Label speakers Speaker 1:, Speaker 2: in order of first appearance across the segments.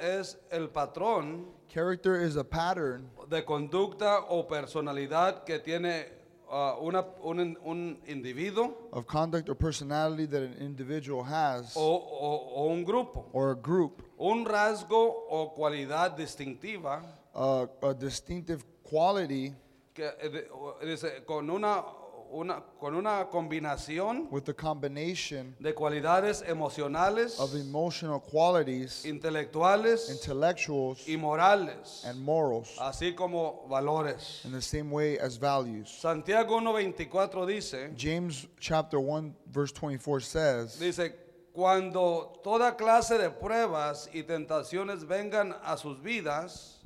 Speaker 1: es el patrón
Speaker 2: Character is a pattern
Speaker 1: de conducta o personalidad que tiene ah, una- un, in- un individuo
Speaker 2: of conduct or personality that an individual has
Speaker 1: o, o- o un grupo.
Speaker 2: or a group,
Speaker 1: Un rasgo o cualidad distintiva
Speaker 2: uh, a distinctive quality
Speaker 1: que, eh, de- o- dice, con, una, una- con una combinación
Speaker 2: with the combination
Speaker 1: de cualidades emocionales,
Speaker 2: of emotional qualities,
Speaker 1: intelectuales
Speaker 2: intellectuals,
Speaker 1: y morales,
Speaker 2: and morals
Speaker 1: así como valores.
Speaker 2: in the same way as values.
Speaker 1: Santiago 1.24 dice,
Speaker 2: James chapter 1 verse 24 says,
Speaker 1: dice, cuando toda clase de pruebas y tentaciones vengan a sus vidas,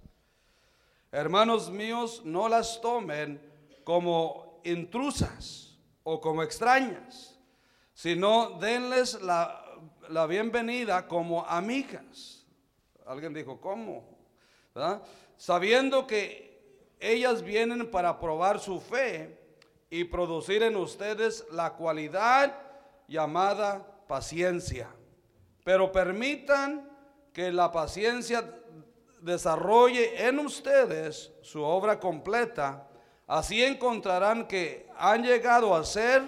Speaker 1: hermanos míos, no las tomen como intrusas o como extrañas, sino denles la, la bienvenida como amigas. Alguien dijo, ¿cómo? ¿Verdad? Sabiendo que ellas vienen para probar su fe y producir en ustedes la cualidad llamada paciencia. Pero permitan que la paciencia desarrolle en ustedes su obra completa. Así encontrarán que han llegado a ser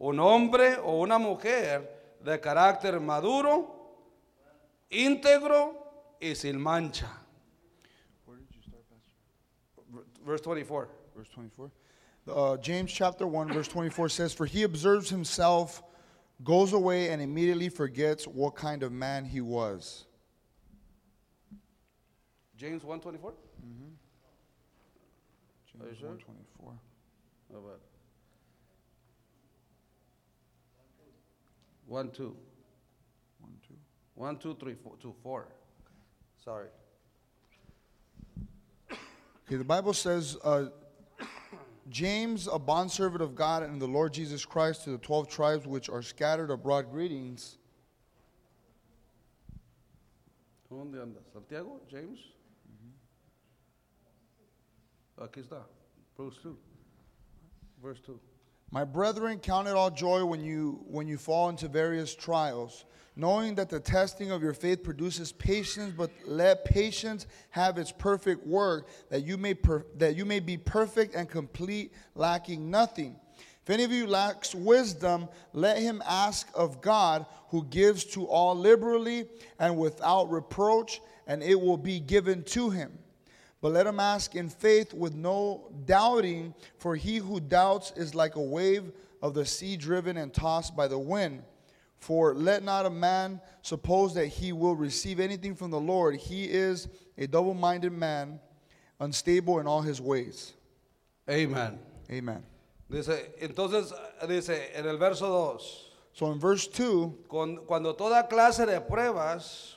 Speaker 1: un hombre o una mujer de carácter maduro, íntegro y sin mancha. Verse 24.
Speaker 2: verse 24. Uh, James chapter 1, verse 24 says, For he observes himself, goes away, and immediately forgets what kind of man he was.
Speaker 1: James 1:24. Are you
Speaker 2: James
Speaker 1: sure?
Speaker 2: 1:24.
Speaker 1: Oh, but- One, two.
Speaker 2: One, two.
Speaker 1: One, two, three, four, two, four. Sorry.
Speaker 2: Okay, the Bible says, uh, James, a bondservant of God and the Lord Jesus Christ, to the 12 tribes which are scattered abroad, greetings.
Speaker 1: ¿Dónde anda? ¿Santiago? ¿James? Aquí está. Verse 2. Verse 2.
Speaker 2: My brethren, count it all joy when you when you fall into various trials, knowing that the testing of your faith produces patience, but let patience have its perfect work, that you may per- that you may be perfect and complete, lacking nothing. If any of you lacks wisdom, let him ask of God, who gives to all liberally and without reproach, and it will be given to him. But let him ask in faith with no doubting, for he who doubts is like a wave of the sea driven and tossed by the wind. For let not a man suppose that he will receive anything from the Lord. He is a double minded man, unstable in all his ways.
Speaker 1: Amen.
Speaker 2: Amen.
Speaker 1: Dice, entonces, dice en el verso 2.
Speaker 2: So in verse 2,
Speaker 1: Con- cuando toda clase de pruebas,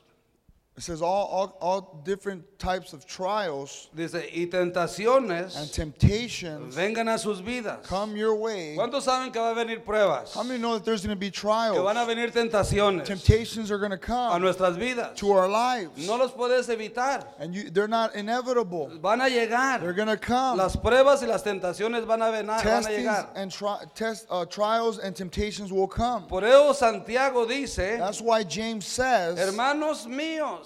Speaker 2: it says all, all, all different types of trials
Speaker 1: dice, y
Speaker 2: and
Speaker 1: tentaciones
Speaker 2: temptations
Speaker 1: vengan a sus vidas.
Speaker 2: come your way.
Speaker 1: ¿Cuántos saben que va a venir pruebas?
Speaker 2: How many know that there's going to be
Speaker 1: Que van a
Speaker 2: trials?
Speaker 1: venir tentaciones
Speaker 2: Temptations are going to
Speaker 1: a
Speaker 2: come.
Speaker 1: nuestras vidas.
Speaker 2: to our lives.
Speaker 1: No los puedes evitar.
Speaker 2: And you, they're not inevitable.
Speaker 1: Van a
Speaker 2: They're
Speaker 1: llegar.
Speaker 2: going to come.
Speaker 1: Las pruebas y las tentaciones van a, venar- van a
Speaker 2: Testings
Speaker 1: llegar.
Speaker 2: and tri- test, uh, trials and temptations will come.
Speaker 1: Por eso Santiago dice,
Speaker 2: That's why James says,
Speaker 1: hermanos míos,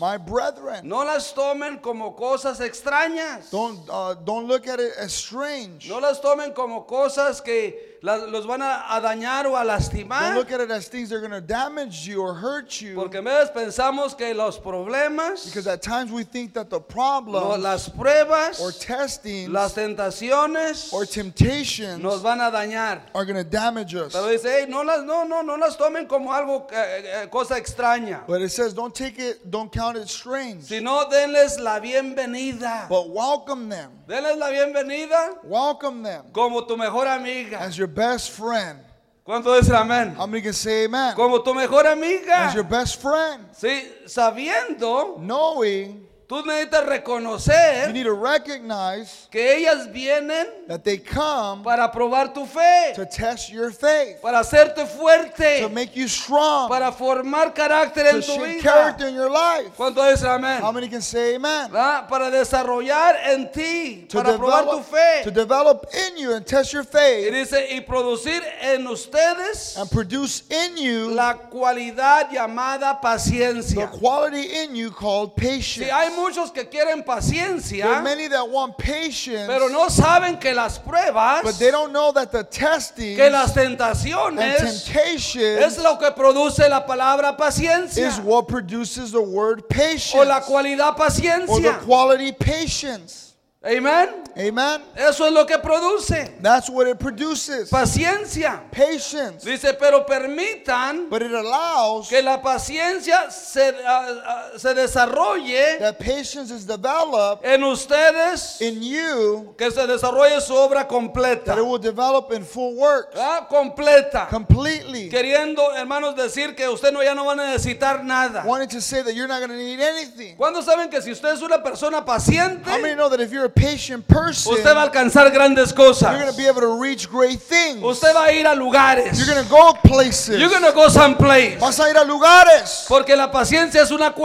Speaker 2: "My brethren,
Speaker 1: no las tomen como cosas extrañas.
Speaker 2: don't uh, don't look at it as strange.
Speaker 1: No las tomen como cosas que la- los van a, a dañar o a
Speaker 2: Don't
Speaker 1: lastimar.
Speaker 2: look at it as things that are going to damage you or hurt you.
Speaker 1: ah. Porque a veces pensamos que los problemas,
Speaker 2: Because at times we think that the
Speaker 1: lo-
Speaker 2: problems
Speaker 1: las pruebas,
Speaker 2: or testings
Speaker 1: las tentaciones
Speaker 2: or
Speaker 1: nos
Speaker 2: temptations
Speaker 1: van a dañar.
Speaker 2: are going to damage us.
Speaker 1: Pero dice, "Ey, no las, no, no, no las tomen como algo, eh, eh, cosa extraña,
Speaker 2: But it says, don't take it, don't count it strange,
Speaker 1: sino denles la bienvenida.
Speaker 2: but welcome them.
Speaker 1: Denles la bienvenida
Speaker 2: Welcome them.
Speaker 1: como tu mejor amiga.
Speaker 2: as your best friend.
Speaker 1: ¿Cuánto dicen amén?
Speaker 2: How many can say amen?
Speaker 1: Como tu mejor
Speaker 2: As
Speaker 1: amiga.
Speaker 2: your best friend,
Speaker 1: Sí, sabiendo
Speaker 2: knowing
Speaker 1: Tú necesitas
Speaker 2: You
Speaker 1: reconocer
Speaker 2: need to recognize
Speaker 1: que ellas vienen
Speaker 2: that they come
Speaker 1: para probar tu fe,
Speaker 2: to test your faith,
Speaker 1: para hacerte
Speaker 2: to
Speaker 1: fuerte,
Speaker 2: make you strong,
Speaker 1: para formar carácter
Speaker 2: to
Speaker 1: en tu
Speaker 2: shape
Speaker 1: vida.
Speaker 2: character in your life.
Speaker 1: ¿Cuánto dicen amén?
Speaker 2: How many can say amen?
Speaker 1: ¿Verdad? Para desarrollar en ti,
Speaker 2: To
Speaker 1: para probar tu
Speaker 2: develop, to
Speaker 1: fe.
Speaker 2: develop in you and test your
Speaker 1: Y
Speaker 2: faith
Speaker 1: dice, y producir en ustedes
Speaker 2: and produce in you
Speaker 1: la cualidad llamada
Speaker 2: the
Speaker 1: paciencia.
Speaker 2: quality in you called
Speaker 1: Si
Speaker 2: patience.
Speaker 1: hay muchos que quieren
Speaker 2: There are
Speaker 1: paciencia,
Speaker 2: many that want patience,
Speaker 1: pero no saben que las pruebas,
Speaker 2: but they don't know that the testing
Speaker 1: que las
Speaker 2: and
Speaker 1: tentaciones es
Speaker 2: temptation
Speaker 1: lo que produce la palabra paciencia
Speaker 2: is what produces the word
Speaker 1: o la
Speaker 2: patience
Speaker 1: cualidad
Speaker 2: or the
Speaker 1: paciencia.
Speaker 2: quality patience.
Speaker 1: Amén.
Speaker 2: Amen.
Speaker 1: Eso es lo que produce
Speaker 2: That's what it produces.
Speaker 1: paciencia.
Speaker 2: Patience.
Speaker 1: Dice, pero permitan
Speaker 2: But it allows
Speaker 1: que la paciencia se, ah, ah, se desarrolle
Speaker 2: that patience is developed
Speaker 1: en ustedes,
Speaker 2: in you
Speaker 1: que se desarrolle su obra completa.
Speaker 2: that it will develop in full works
Speaker 1: ¿verdad? Completa.
Speaker 2: completely.
Speaker 1: Queriendo, hermanos, decir que usted no, ya no va a necesitar nada.
Speaker 2: Wanted to say that you're not going to need anything.
Speaker 1: ¿Cuándo saben que si usted es una persona paciente,
Speaker 2: How many know that if you're a patient person,
Speaker 1: usted va a
Speaker 2: you're
Speaker 1: alcanzar grandes
Speaker 2: going
Speaker 1: cosas?
Speaker 2: to be able to reach great things?
Speaker 1: Usted va a ir a lugares.
Speaker 2: You're going to go places.
Speaker 1: You're gonna go someplace.
Speaker 2: Vas a ir a lugares.
Speaker 1: Porque la paciencia es una
Speaker 2: Because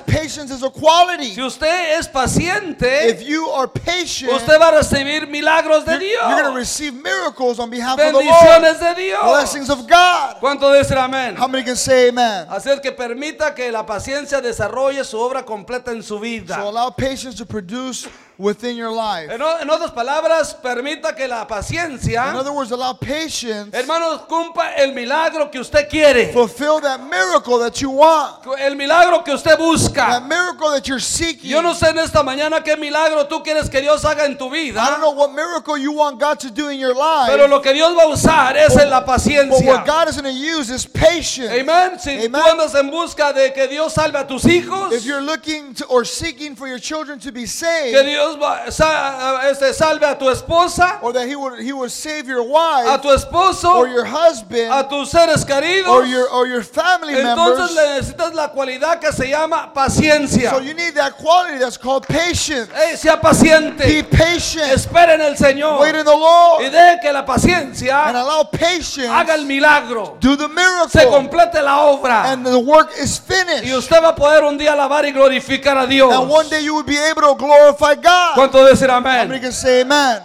Speaker 1: cualidad.
Speaker 2: patience is a quality.
Speaker 1: Si usted es paciente,
Speaker 2: If you are patient,
Speaker 1: usted va a recibir milagros de
Speaker 2: you're, going to
Speaker 1: Dios,
Speaker 2: receive miracles on behalf of the Lord.
Speaker 1: bendiciones de Dios.
Speaker 2: Blessings of God.
Speaker 1: ¿Cuánto dicen amén?
Speaker 2: How many can say amen?
Speaker 1: Así es que permita que la paciencia desarrolle su obra completa en su
Speaker 2: So
Speaker 1: vida.
Speaker 2: allow patience to produce within your life.
Speaker 1: En, o- en otras palabras, permita que la
Speaker 2: In
Speaker 1: paciencia,
Speaker 2: other words, allow patience
Speaker 1: hermanos, cumpla el milagro que usted quiere,
Speaker 2: fulfill that miracle that you want,
Speaker 1: el milagro que usted busca.
Speaker 2: that miracle that you're seeking.
Speaker 1: Yo no sé en esta mañana qué milagro tú quieres que Dios haga en tu
Speaker 2: I don't
Speaker 1: vida,
Speaker 2: know what miracle you want God to do in your
Speaker 1: pero
Speaker 2: life,
Speaker 1: lo que Dios va a usar es en la
Speaker 2: but
Speaker 1: paciencia.
Speaker 2: what God is going to use is patience.
Speaker 1: Amén. Si tú
Speaker 2: Amen.
Speaker 1: andas en busca de que Dios salve a tus hijos,
Speaker 2: If you're looking to, or seeking for your children to be
Speaker 1: que
Speaker 2: saved,
Speaker 1: Dios va- sa- este, salve a tu esposa,
Speaker 2: or that He would He would save your
Speaker 1: a
Speaker 2: wife,
Speaker 1: tu esposo,
Speaker 2: or your husband,
Speaker 1: a tus seres queridos,
Speaker 2: or your or your family
Speaker 1: entonces
Speaker 2: members.
Speaker 1: le necesitas la cualidad que se llama paciencia.
Speaker 2: So you need that quality that's called patience.
Speaker 1: Ey, sea paciente,
Speaker 2: Be patient.
Speaker 1: espera en el Señor
Speaker 2: Wait in the
Speaker 1: y
Speaker 2: Lord
Speaker 1: deje que la
Speaker 2: and
Speaker 1: paciencia
Speaker 2: allow patience.
Speaker 1: haga el milagro,
Speaker 2: Do the
Speaker 1: se
Speaker 2: miracle,
Speaker 1: complete la obra
Speaker 2: and the work is
Speaker 1: y
Speaker 2: finished.
Speaker 1: usted va a poder un día alabar y glorificar a Dios.
Speaker 2: And one day you will be able to glorify God.
Speaker 1: ¿Cuánto decir
Speaker 2: We
Speaker 1: amén?
Speaker 2: can say amen.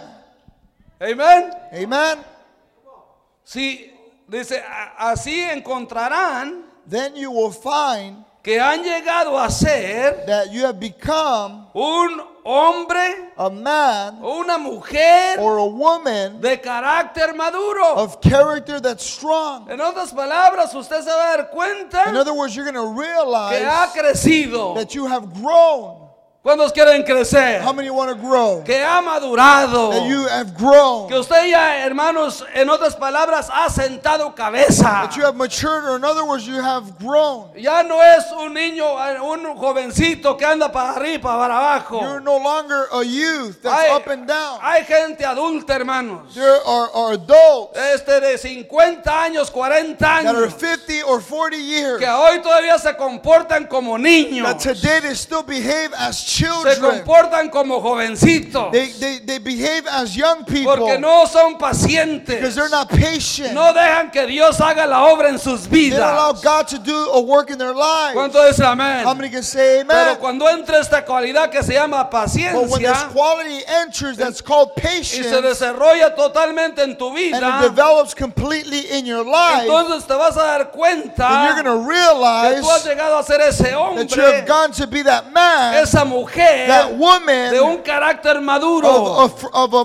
Speaker 1: Amén.
Speaker 2: Amen.
Speaker 1: Si dice, "A- así encontrarán
Speaker 2: Then you will find
Speaker 1: que han llegado a ser
Speaker 2: that you have become
Speaker 1: un hombre
Speaker 2: a man
Speaker 1: o una mujer
Speaker 2: or a woman
Speaker 1: de carácter maduro.
Speaker 2: of character that's strong.
Speaker 1: En otras palabras, usted se va a dar
Speaker 2: In
Speaker 1: cuenta
Speaker 2: other words, you're going to
Speaker 1: que ha
Speaker 2: realize
Speaker 1: crecido.
Speaker 2: that you have grown.
Speaker 1: ¿Cuántos quieren crecer?
Speaker 2: How many want to grow?
Speaker 1: Que ha madurado.
Speaker 2: That you have
Speaker 1: Que
Speaker 2: grown.
Speaker 1: usted ya, hermanos, en otras palabras, ha sentado cabeza.
Speaker 2: That you have matured, or in other words, you have grown.
Speaker 1: Ya no es un niño, eh, un jovencito que anda para arriba, para abajo.
Speaker 2: You're no longer a youth that's
Speaker 1: Hay-
Speaker 2: up and down.
Speaker 1: Hay gente adulta, hermanos.
Speaker 2: There are, are adults
Speaker 1: Este de 50 años, 40
Speaker 2: that are
Speaker 1: años.
Speaker 2: 50 or 40 years
Speaker 1: Que hoy todavía se comportan como niños.
Speaker 2: that today they still behave as
Speaker 1: Se
Speaker 2: children.
Speaker 1: comportan como jovencitos.
Speaker 2: They, they, they behave as young
Speaker 1: Porque
Speaker 2: people
Speaker 1: no son
Speaker 2: because
Speaker 1: pacientes.
Speaker 2: they're not patient.
Speaker 1: No dejan que Dios haga la obra en sus
Speaker 2: They don't allow
Speaker 1: vidas.
Speaker 2: God to do a work in their lives.
Speaker 1: ¿Cuánto es
Speaker 2: How
Speaker 1: amén?
Speaker 2: many can say amen?
Speaker 1: Pero cuando entra esta cualidad que se llama
Speaker 2: But when this
Speaker 1: paciencia
Speaker 2: quality enters that's called
Speaker 1: y se
Speaker 2: patience
Speaker 1: desarrolla totalmente en tu
Speaker 2: and
Speaker 1: vida,
Speaker 2: it develops completely in your life,
Speaker 1: entonces te vas a dar
Speaker 2: then
Speaker 1: cuenta
Speaker 2: you're going to
Speaker 1: que tú has
Speaker 2: realize
Speaker 1: llegado a ser ese
Speaker 2: that you have
Speaker 1: hombre,
Speaker 2: gone to be that man,
Speaker 1: esa
Speaker 2: that
Speaker 1: mujer de
Speaker 2: woman
Speaker 1: un carácter maduro.
Speaker 2: of, of, of a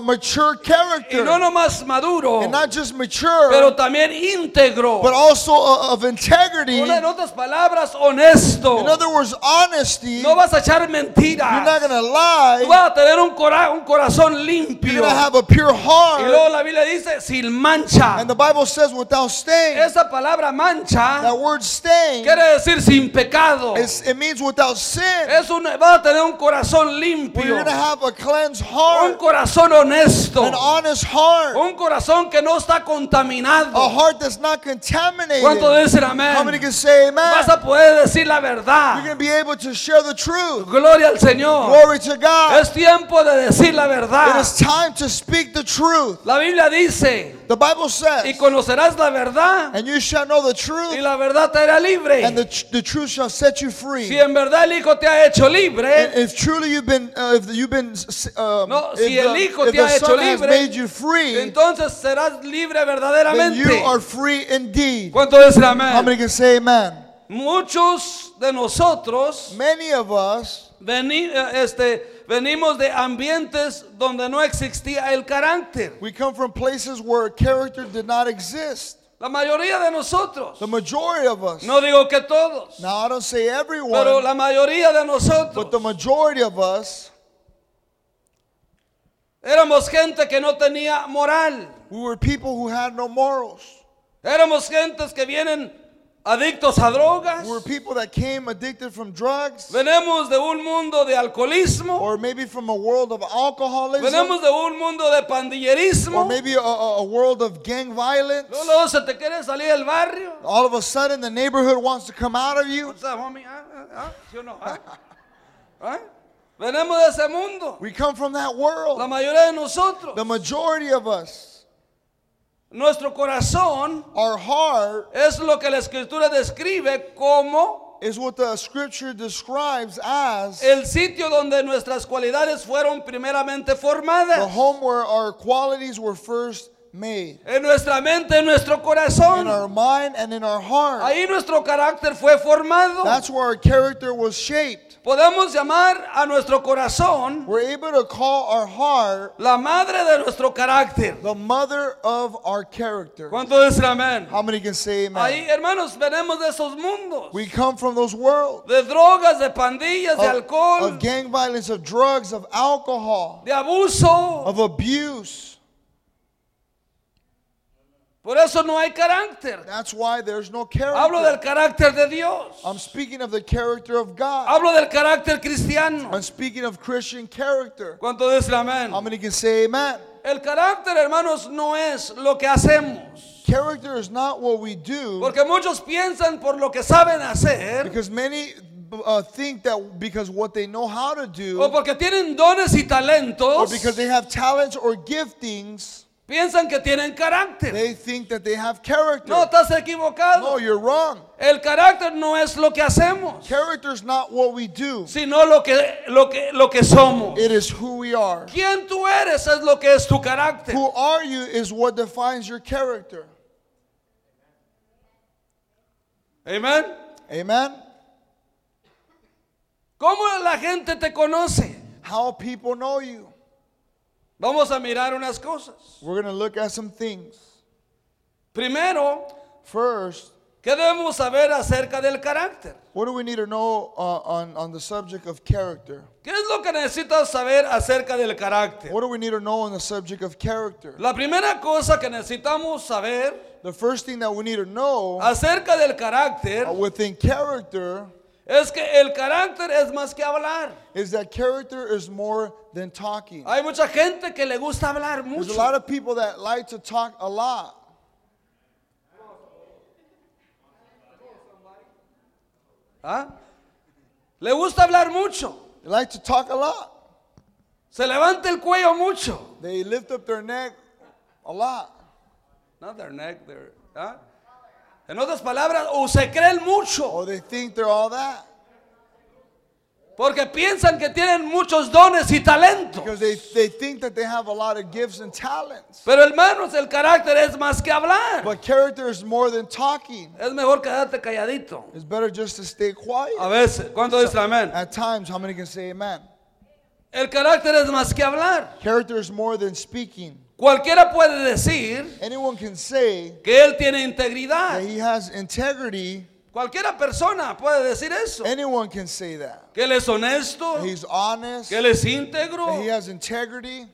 Speaker 1: Y
Speaker 2: mature
Speaker 1: no
Speaker 2: character.
Speaker 1: nomás maduro,
Speaker 2: And not just mature,
Speaker 1: pero también íntegro.
Speaker 2: but also o- of integrity.
Speaker 1: Una- en
Speaker 2: In
Speaker 1: otras palabras, honesto.
Speaker 2: other words, honesty.
Speaker 1: No
Speaker 2: You're
Speaker 1: vas a echar
Speaker 2: not
Speaker 1: mentiras.
Speaker 2: going to lie.
Speaker 1: Tú vas a tener un, cora- un corazón
Speaker 2: You're
Speaker 1: limpio.
Speaker 2: going to have a pure
Speaker 1: Y
Speaker 2: heart.
Speaker 1: luego la Biblia dice, sin mancha.
Speaker 2: And the Bible says without stain.
Speaker 1: Esa palabra mancha
Speaker 2: That word stain
Speaker 1: quiere decir sin pecado.
Speaker 2: is, it means without sin.
Speaker 1: Es un, vas a tener un corazón
Speaker 2: We're
Speaker 1: limpio,
Speaker 2: going to have a cleansed
Speaker 1: un
Speaker 2: heart,
Speaker 1: corazón honesto,
Speaker 2: an honest heart,
Speaker 1: un corazón que no está
Speaker 2: a
Speaker 1: contaminado.
Speaker 2: heart that's not contaminated.
Speaker 1: ¿Cuántos dicen
Speaker 2: How many
Speaker 1: amén?
Speaker 2: can say amen?
Speaker 1: Vas a poder decir la
Speaker 2: You're
Speaker 1: verdad.
Speaker 2: going to be able to share the truth.
Speaker 1: Gloria al Señor.
Speaker 2: Glory to God.
Speaker 1: Es tiempo de decir la
Speaker 2: It
Speaker 1: verdad.
Speaker 2: is time to speak the truth.
Speaker 1: La Biblia dice,
Speaker 2: The Bible
Speaker 1: y
Speaker 2: says,
Speaker 1: conocerás la verdad,
Speaker 2: and you shall know
Speaker 1: y
Speaker 2: the truth,
Speaker 1: la verdad te hará
Speaker 2: and the,
Speaker 1: libre.
Speaker 2: tr- the truth shall set you
Speaker 1: Si
Speaker 2: free.
Speaker 1: en verdad el Hijo te ha hecho
Speaker 2: And
Speaker 1: libre,
Speaker 2: if truly you've been, uh, if you've been, s- s- um,
Speaker 1: No,
Speaker 2: if
Speaker 1: si el Hijo
Speaker 2: the, if
Speaker 1: te ha
Speaker 2: the
Speaker 1: hecho
Speaker 2: Son has
Speaker 1: libre,
Speaker 2: made you free,
Speaker 1: entonces serás libre
Speaker 2: then you
Speaker 1: verdaderamente.
Speaker 2: are free indeed.
Speaker 1: ¿Cuántos dicen
Speaker 2: How
Speaker 1: amén?
Speaker 2: many can say amen?
Speaker 1: Muchos de nosotros
Speaker 2: Many of us,
Speaker 1: veni- eh, este, venimos de ambientes donde no existía el carácter.
Speaker 2: we come from places where character did not exist.
Speaker 1: La mayoría de nosotros,
Speaker 2: The majority of us.
Speaker 1: no digo que todos,
Speaker 2: Now, I don't say
Speaker 1: pero
Speaker 2: everyone,
Speaker 1: la mayoría de
Speaker 2: but the
Speaker 1: nosotros
Speaker 2: majority of us,
Speaker 1: éramos gente que no tenía moral.
Speaker 2: we were people who had no morals.
Speaker 1: Éramos gentes que vienen adictos a drogas.
Speaker 2: We were people that came addicted from drugs,
Speaker 1: Venimos de un mundo de alcoholismo.
Speaker 2: or maybe from a world of alcoholism,
Speaker 1: Venimos de un mundo de
Speaker 2: or
Speaker 1: pandillerismo.
Speaker 2: maybe a, a a world of gang violence.
Speaker 1: Luego, luego se te quiere salir del barrio.
Speaker 2: All of a sudden, the neighborhood wants to come out of you.
Speaker 1: What's up, homie? Ah, ah, ah, ¿sí o no? Ah, ah. Venimos de ese mundo.
Speaker 2: We come from that
Speaker 1: La
Speaker 2: world.
Speaker 1: mayoría de nosotros,
Speaker 2: The majority of us,
Speaker 1: nuestro corazón
Speaker 2: our heart
Speaker 1: es lo que la escritura describe como
Speaker 2: is what the scripture describes as
Speaker 1: el sitio donde nuestras cualidades fueron primeramente
Speaker 2: the
Speaker 1: formadas.
Speaker 2: home where our qualities were first made
Speaker 1: En nuestra mente, en nuestro
Speaker 2: in
Speaker 1: corazón.
Speaker 2: our mind and in our heart.
Speaker 1: Ahí nuestro carácter fue formado.
Speaker 2: That's where our character was shaped.
Speaker 1: Podemos llamar a nuestro corazón
Speaker 2: We're able to call our heart
Speaker 1: la madre de nuestro carácter.
Speaker 2: the mother of our character.
Speaker 1: ¿Cuánto dicen amén?
Speaker 2: How many can say
Speaker 1: Ahí,
Speaker 2: amen?
Speaker 1: hermanos, venimos de esos mundos.
Speaker 2: We come from those worlds
Speaker 1: De drogas, de pandillas, de
Speaker 2: of,
Speaker 1: alcohol,
Speaker 2: of gang violence, of drugs, of alcohol,
Speaker 1: de abuso.
Speaker 2: of abuse.
Speaker 1: Por eso no hay carácter.
Speaker 2: That's why there's no
Speaker 1: Hablo del
Speaker 2: character.
Speaker 1: carácter de Dios.
Speaker 2: I'm speaking of the character of God.
Speaker 1: Hablo del carácter cristiano.
Speaker 2: I'm speaking of Christian character.
Speaker 1: ¿Cuánto dicen amén?
Speaker 2: How many can say amen?
Speaker 1: El carácter, hermanos, no es lo que hacemos.
Speaker 2: Character is not what we do
Speaker 1: Porque muchos piensan por lo que saben hacer
Speaker 2: because many uh, think that because what they know how to do
Speaker 1: o porque tienen dones y
Speaker 2: or
Speaker 1: talentos.
Speaker 2: because they have talents or giftings,
Speaker 1: Piensan que tienen carácter.
Speaker 2: they think that they have character.
Speaker 1: No, estás
Speaker 2: No,
Speaker 1: equivocado.
Speaker 2: you're wrong.
Speaker 1: El carácter no es lo que hacemos,
Speaker 2: Character is not what we do,
Speaker 1: sino lo que, lo que, lo que somos.
Speaker 2: it is who we are.
Speaker 1: Quién tú eres es lo que es tu carácter.
Speaker 2: Who are you is what defines your character.
Speaker 1: Amén.
Speaker 2: Amen?
Speaker 1: ¿Cómo la gente te conoce?
Speaker 2: How people know you.
Speaker 1: Vamos a mirar unas cosas.
Speaker 2: We're going to look at some things.
Speaker 1: Primero,
Speaker 2: First,
Speaker 1: ¿qué debemos saber acerca del carácter?
Speaker 2: what do we need to know uh, on, on the subject of character?
Speaker 1: ¿Qué es lo que necesitas saber acerca del carácter?
Speaker 2: What do we need to know on the subject of character?
Speaker 1: La primera cosa que necesitamos saber
Speaker 2: The first thing that we need to know
Speaker 1: acerca del carácter
Speaker 2: uh, within character
Speaker 1: es que el carácter es más que hablar.
Speaker 2: is that character is more than talking.
Speaker 1: Hay mucha gente que le gusta hablar
Speaker 2: There's a
Speaker 1: mucho.
Speaker 2: lot of people that like to talk a lot.
Speaker 1: ¿ah? Le gusta hablar mucho.
Speaker 2: They like to talk a lot.
Speaker 1: Se levanta el cuello mucho.
Speaker 2: They lift up their neck a lot.
Speaker 1: Not their neck, their- ¿ah? En otras palabras, o se creen mucho
Speaker 2: Or Oh, they think they're all that.
Speaker 1: porque piensan que tienen muchos dones y talentos.
Speaker 2: Because they, they think that they have a lot of gifts and talents.
Speaker 1: Pero hermanos, el carácter es más que hablar.
Speaker 2: But character is more than talking.
Speaker 1: Es mejor quedarte calladito.
Speaker 2: It's better just to stay quiet.
Speaker 1: A veces, ¿cuánto dicen amén?
Speaker 2: At times, how many can say amen?
Speaker 1: El carácter es más que hablar.
Speaker 2: Character is more than speaking.
Speaker 1: Cualquiera puede decir
Speaker 2: Anyone can say
Speaker 1: que él tiene integridad.
Speaker 2: that he has integrity.
Speaker 1: Cualquiera persona puede decir eso.
Speaker 2: Anyone can say that.
Speaker 1: Que él es honesto,
Speaker 2: He's honest.
Speaker 1: que él es íntegro.
Speaker 2: that He has integrity.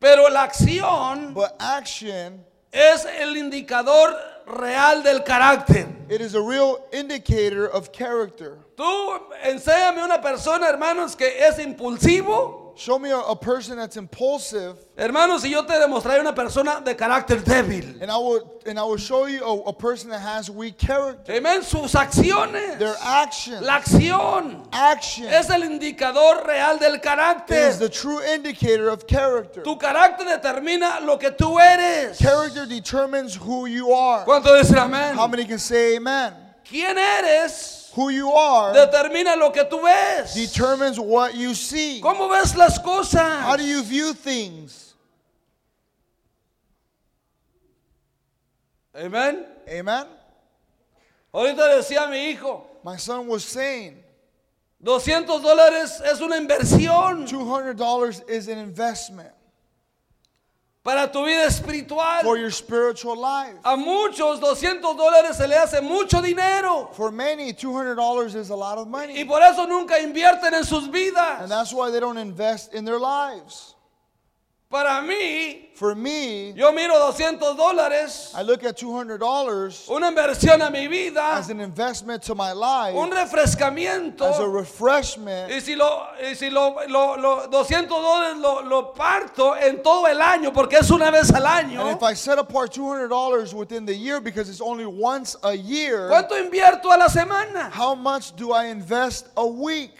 Speaker 1: Pero la acción
Speaker 2: But action,
Speaker 1: es el indicador real del carácter.
Speaker 2: it is a real indicator of character.
Speaker 1: Tú enséñame una persona, hermanos, que es impulsivo.
Speaker 2: Show me a, a person that's impulsive,
Speaker 1: Hermanos, y yo te demostraré una persona de carácter débil.
Speaker 2: and I will and I will show you a, a person that has weak character.
Speaker 1: Amén. Sus acciones.
Speaker 2: Their action,
Speaker 1: La acción
Speaker 2: action
Speaker 1: es el indicador real del
Speaker 2: is
Speaker 1: carácter.
Speaker 2: the true indicator of character.
Speaker 1: Tu carácter determina lo que tú eres.
Speaker 2: Character determines who you are.
Speaker 1: ¿Cuánto dicen amén?
Speaker 2: How many can say amen?
Speaker 1: ¿Quién eres?
Speaker 2: Who you are
Speaker 1: Determina lo que tú ves.
Speaker 2: determines what you see.
Speaker 1: ¿Cómo ves las
Speaker 2: How
Speaker 1: cosas?
Speaker 2: do you view things?
Speaker 1: Amén.
Speaker 2: Amen.
Speaker 1: Ahorita decía mi hijo,
Speaker 2: My son was saying
Speaker 1: 200 dólares es una inversión
Speaker 2: $200 is an investment
Speaker 1: para tu vida espiritual.
Speaker 2: for your spiritual life.
Speaker 1: A muchos 200 dólares se le hace mucho dinero
Speaker 2: For many, $200 is a lot of
Speaker 1: y
Speaker 2: money.
Speaker 1: por eso nunca invierten en sus
Speaker 2: And
Speaker 1: vidas.
Speaker 2: that's why they don't invest in their lives.
Speaker 1: Para mí,
Speaker 2: For me,
Speaker 1: yo miro 200 dólares,
Speaker 2: I look at $200
Speaker 1: una inversión a mi vida,
Speaker 2: as an investment to my
Speaker 1: un
Speaker 2: life, as a
Speaker 1: refrescamiento.
Speaker 2: refreshment.
Speaker 1: Y si lo, y si lo, lo- lo- 200 dólares lo, lo parto en todo el año, porque es una vez al
Speaker 2: And
Speaker 1: año,
Speaker 2: if I set apart $200 within the year because it's only once a year,
Speaker 1: ¿cuánto invierto a la semana?
Speaker 2: how much do I invest a week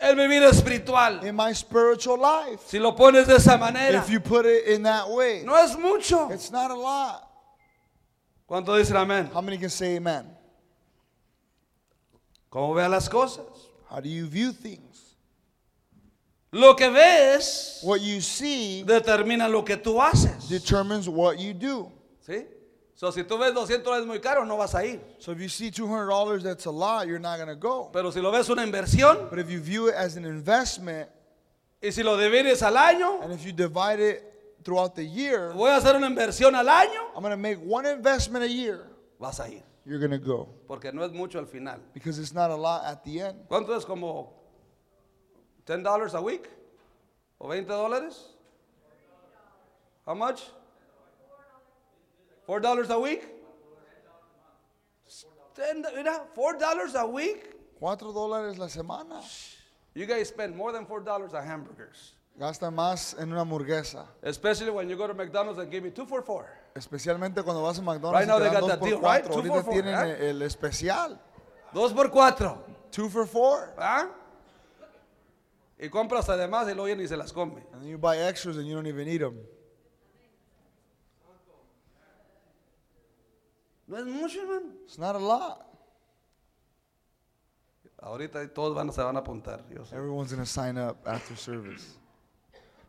Speaker 1: El vivir espiritual.
Speaker 2: in my spiritual life?
Speaker 1: Si lo pones de esa manera,
Speaker 2: If you put it in that way,
Speaker 1: no es mucho.
Speaker 2: it's not a lot.
Speaker 1: ¿Cuánto dicen amén?
Speaker 2: How many can say amen?
Speaker 1: ¿Cómo veas las cosas?
Speaker 2: How do you view things?
Speaker 1: Lo que ves
Speaker 2: What you see
Speaker 1: determina lo que tú haces.
Speaker 2: determines what you do.
Speaker 1: ¿Sí? So, si tú ves 200 dólares muy caro, no vas a ir.
Speaker 2: So if you see $200 that's a lot, you're not going to go.
Speaker 1: Pero si lo ves una inversión
Speaker 2: But if you view it as an investment
Speaker 1: y si lo divides al año,
Speaker 2: and if you divide it throughout the year,
Speaker 1: voy a hacer una inversión al año,
Speaker 2: I'm going to make one investment a year,
Speaker 1: vas a ir.
Speaker 2: you're going to go.
Speaker 1: Porque no es mucho al final.
Speaker 2: Because it's not a lot at the end.
Speaker 1: ¿Cuánto es como 10 dólares a week? ¿O 20 dólares? How much? 4 dólares a week? 10, mira, 4 dólares a week?
Speaker 2: Cuatro dólares la semana.
Speaker 1: You guys spend more than 4 dollars on hamburgers.
Speaker 2: Gasta más en una hamburguesa.
Speaker 1: Especially when you go to McDonald's and give me 2 for 4.
Speaker 2: Especialmente cuando vas a
Speaker 1: Right
Speaker 2: McDonald's
Speaker 1: now
Speaker 2: y te
Speaker 1: they got
Speaker 2: dan dos
Speaker 1: that
Speaker 2: por
Speaker 1: deal,
Speaker 2: cuatro.
Speaker 1: right? Two
Speaker 2: Ahorita
Speaker 1: for four,
Speaker 2: tienen
Speaker 1: ¿eh?
Speaker 2: el, el especial.
Speaker 1: 2 por 4.
Speaker 2: Two for four.
Speaker 1: ¿Ah? Y compras además y luego ya ni se las come.
Speaker 2: And then you buy extras and you don't even eat them.
Speaker 1: No es mucho, hermano.
Speaker 2: It's not a lot.
Speaker 1: Ahorita todos van, se van a apuntar. Yo sé.
Speaker 2: Everyone's going to sign up after service.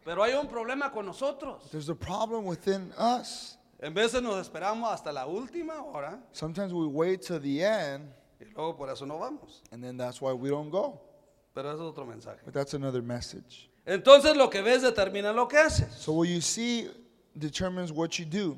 Speaker 1: Pero hay un problema con nosotros.
Speaker 2: There's a problem within us.
Speaker 1: En veces nos esperamos hasta la última hora
Speaker 2: Sometimes we wait till the end
Speaker 1: y luego por eso no vamos.
Speaker 2: and then that's why we don't go.
Speaker 1: Pero eso es otro mensaje.
Speaker 2: But that's another message.
Speaker 1: Entonces lo que ves determina lo que haces.
Speaker 2: So what you see determines what you do.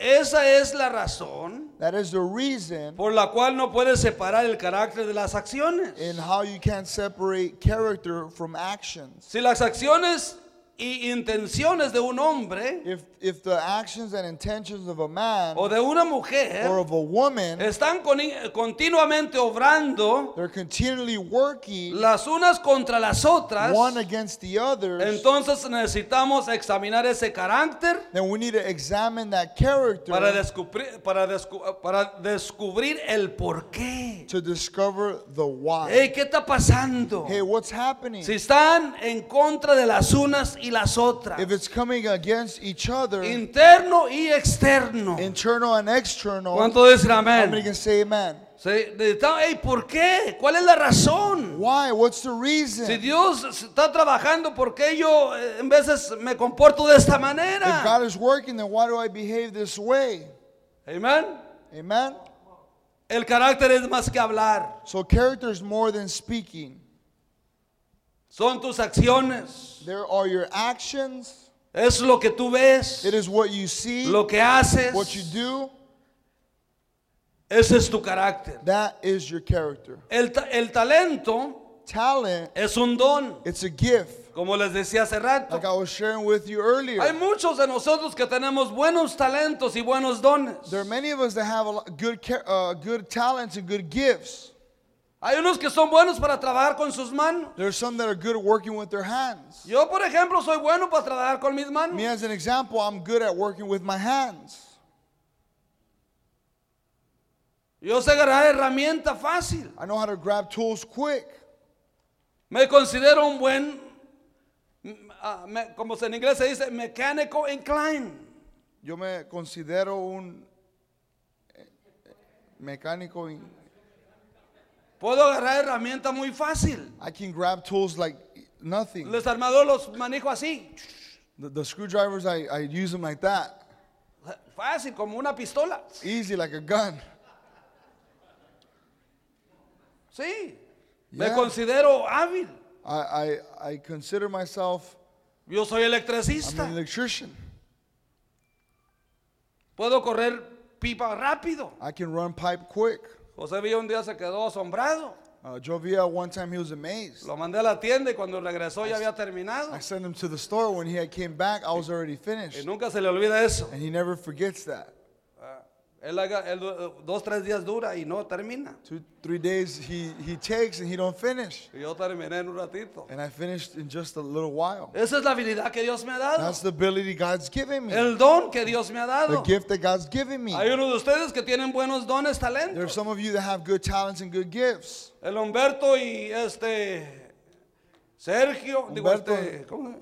Speaker 1: Esa es la razón
Speaker 2: That is the reason
Speaker 1: por la cual no puedes separar el carácter de las
Speaker 2: in
Speaker 1: acciones.
Speaker 2: how you can separate character from actions.
Speaker 1: Si las acciones y intenciones de un hombre
Speaker 2: If if the actions and intentions of a man
Speaker 1: o de una mujer
Speaker 2: or of a woman
Speaker 1: están coni- continuamente obrando
Speaker 2: they're continually working
Speaker 1: las unas contra las otras,
Speaker 2: one against the others,
Speaker 1: entonces necesitamos examinar ese carácter
Speaker 2: then we need to examine that
Speaker 1: para
Speaker 2: character
Speaker 1: descubrir, para descu- para descubrir el por qué.
Speaker 2: to discover the why.
Speaker 1: Hey, ¿Qué está pasando?
Speaker 2: Hey, what's happening?
Speaker 1: Si están en contra de las unas y las otras,
Speaker 2: If it's coming against each other,
Speaker 1: interno y externo.
Speaker 2: internal and external,
Speaker 1: ¿Cuánto dicen
Speaker 2: somebody
Speaker 1: amén?
Speaker 2: can say amen.
Speaker 1: Sí, necesitamos- hey, ¿Por qué? ¿Cuál es la razón?
Speaker 2: Why? What's the
Speaker 1: Si
Speaker 2: reason?
Speaker 1: Dios está trabajando, ¿por qué yo eh, en veces me comporto de esta
Speaker 2: If God
Speaker 1: manera?
Speaker 2: is working, then why do I behave this way?
Speaker 1: Amén.
Speaker 2: Amen?
Speaker 1: El carácter es más que hablar,
Speaker 2: So character is more than speaking.
Speaker 1: son tus acciones,
Speaker 2: There are your actions.
Speaker 1: es lo que tú ves.
Speaker 2: It is what you see,
Speaker 1: lo que haces,
Speaker 2: what you do.
Speaker 1: ese es tu carácter.
Speaker 2: That is your character.
Speaker 1: El, ta- el talento
Speaker 2: Talent,
Speaker 1: es un don.
Speaker 2: it's a gift.
Speaker 1: Como les decía hace rato,
Speaker 2: Like I was sharing with you earlier,
Speaker 1: hay muchos de nosotros que tenemos buenos talentos y buenos dones.
Speaker 2: there are many of us that have a lot, good, char- uh, good talents and good gifts.
Speaker 1: Hay unos que son buenos para trabajar con sus manos.
Speaker 2: There are some that are good at working with their hands.
Speaker 1: Yo, por ejemplo, soy bueno para trabajar con mis manos.
Speaker 2: Me, as an example, I'm good at working with my hands.
Speaker 1: Yo sé agarrar herramienta fácil.
Speaker 2: I know how to grab tools quick.
Speaker 1: Me considero un buen, mm, ah, me- como se en inglés se dice, mecánico inclined.
Speaker 2: Yo me considero un eh, mecánico. in-
Speaker 1: Puedo agarrar herramienta muy fácil.
Speaker 2: I can grab tools like nothing.
Speaker 1: Les armadores los manejo así,
Speaker 2: The, the screwdrivers, I, I use them like that.
Speaker 1: fácil, como una pistola.
Speaker 2: Easy, like a gun.
Speaker 1: Sí, me
Speaker 2: Yeah.
Speaker 1: considero hábil.
Speaker 2: I, I, I consider myself
Speaker 1: Yo soy
Speaker 2: I'm
Speaker 1: electricista.
Speaker 2: an electrician.
Speaker 1: Puedo correr pipa rápido.
Speaker 2: I can run pipe quick.
Speaker 1: José Villa un día se quedó asombrado.
Speaker 2: Uh, Jovia, one time he was amazed.
Speaker 1: Lo mandé a la tienda y cuando regresó ya había terminado.
Speaker 2: I sent him to the store. When he had came back, I was already
Speaker 1: Y
Speaker 2: finished.
Speaker 1: nunca se le olvida eso.
Speaker 2: And he never forgets that.
Speaker 1: Él, haga- él, eh, dos, tres días dura y no termina.
Speaker 2: Two, three days he, he takes and he don't finish.
Speaker 1: Y yo terminé en un ratito.
Speaker 2: And I finished in just a little while.
Speaker 1: Esa es la habilidad que Dios me ha dado.
Speaker 2: That's the ability God's given me.
Speaker 1: El don que Dios me ha
Speaker 2: The
Speaker 1: dado.
Speaker 2: gift that God's given me.
Speaker 1: Hay uno de ustedes que tienen buenos dones,
Speaker 2: There are
Speaker 1: talentos.
Speaker 2: some of you that have good talents and good gifts.
Speaker 1: El Humberto y este Sergio, digo
Speaker 2: Humberto.
Speaker 1: este, ¿cómo?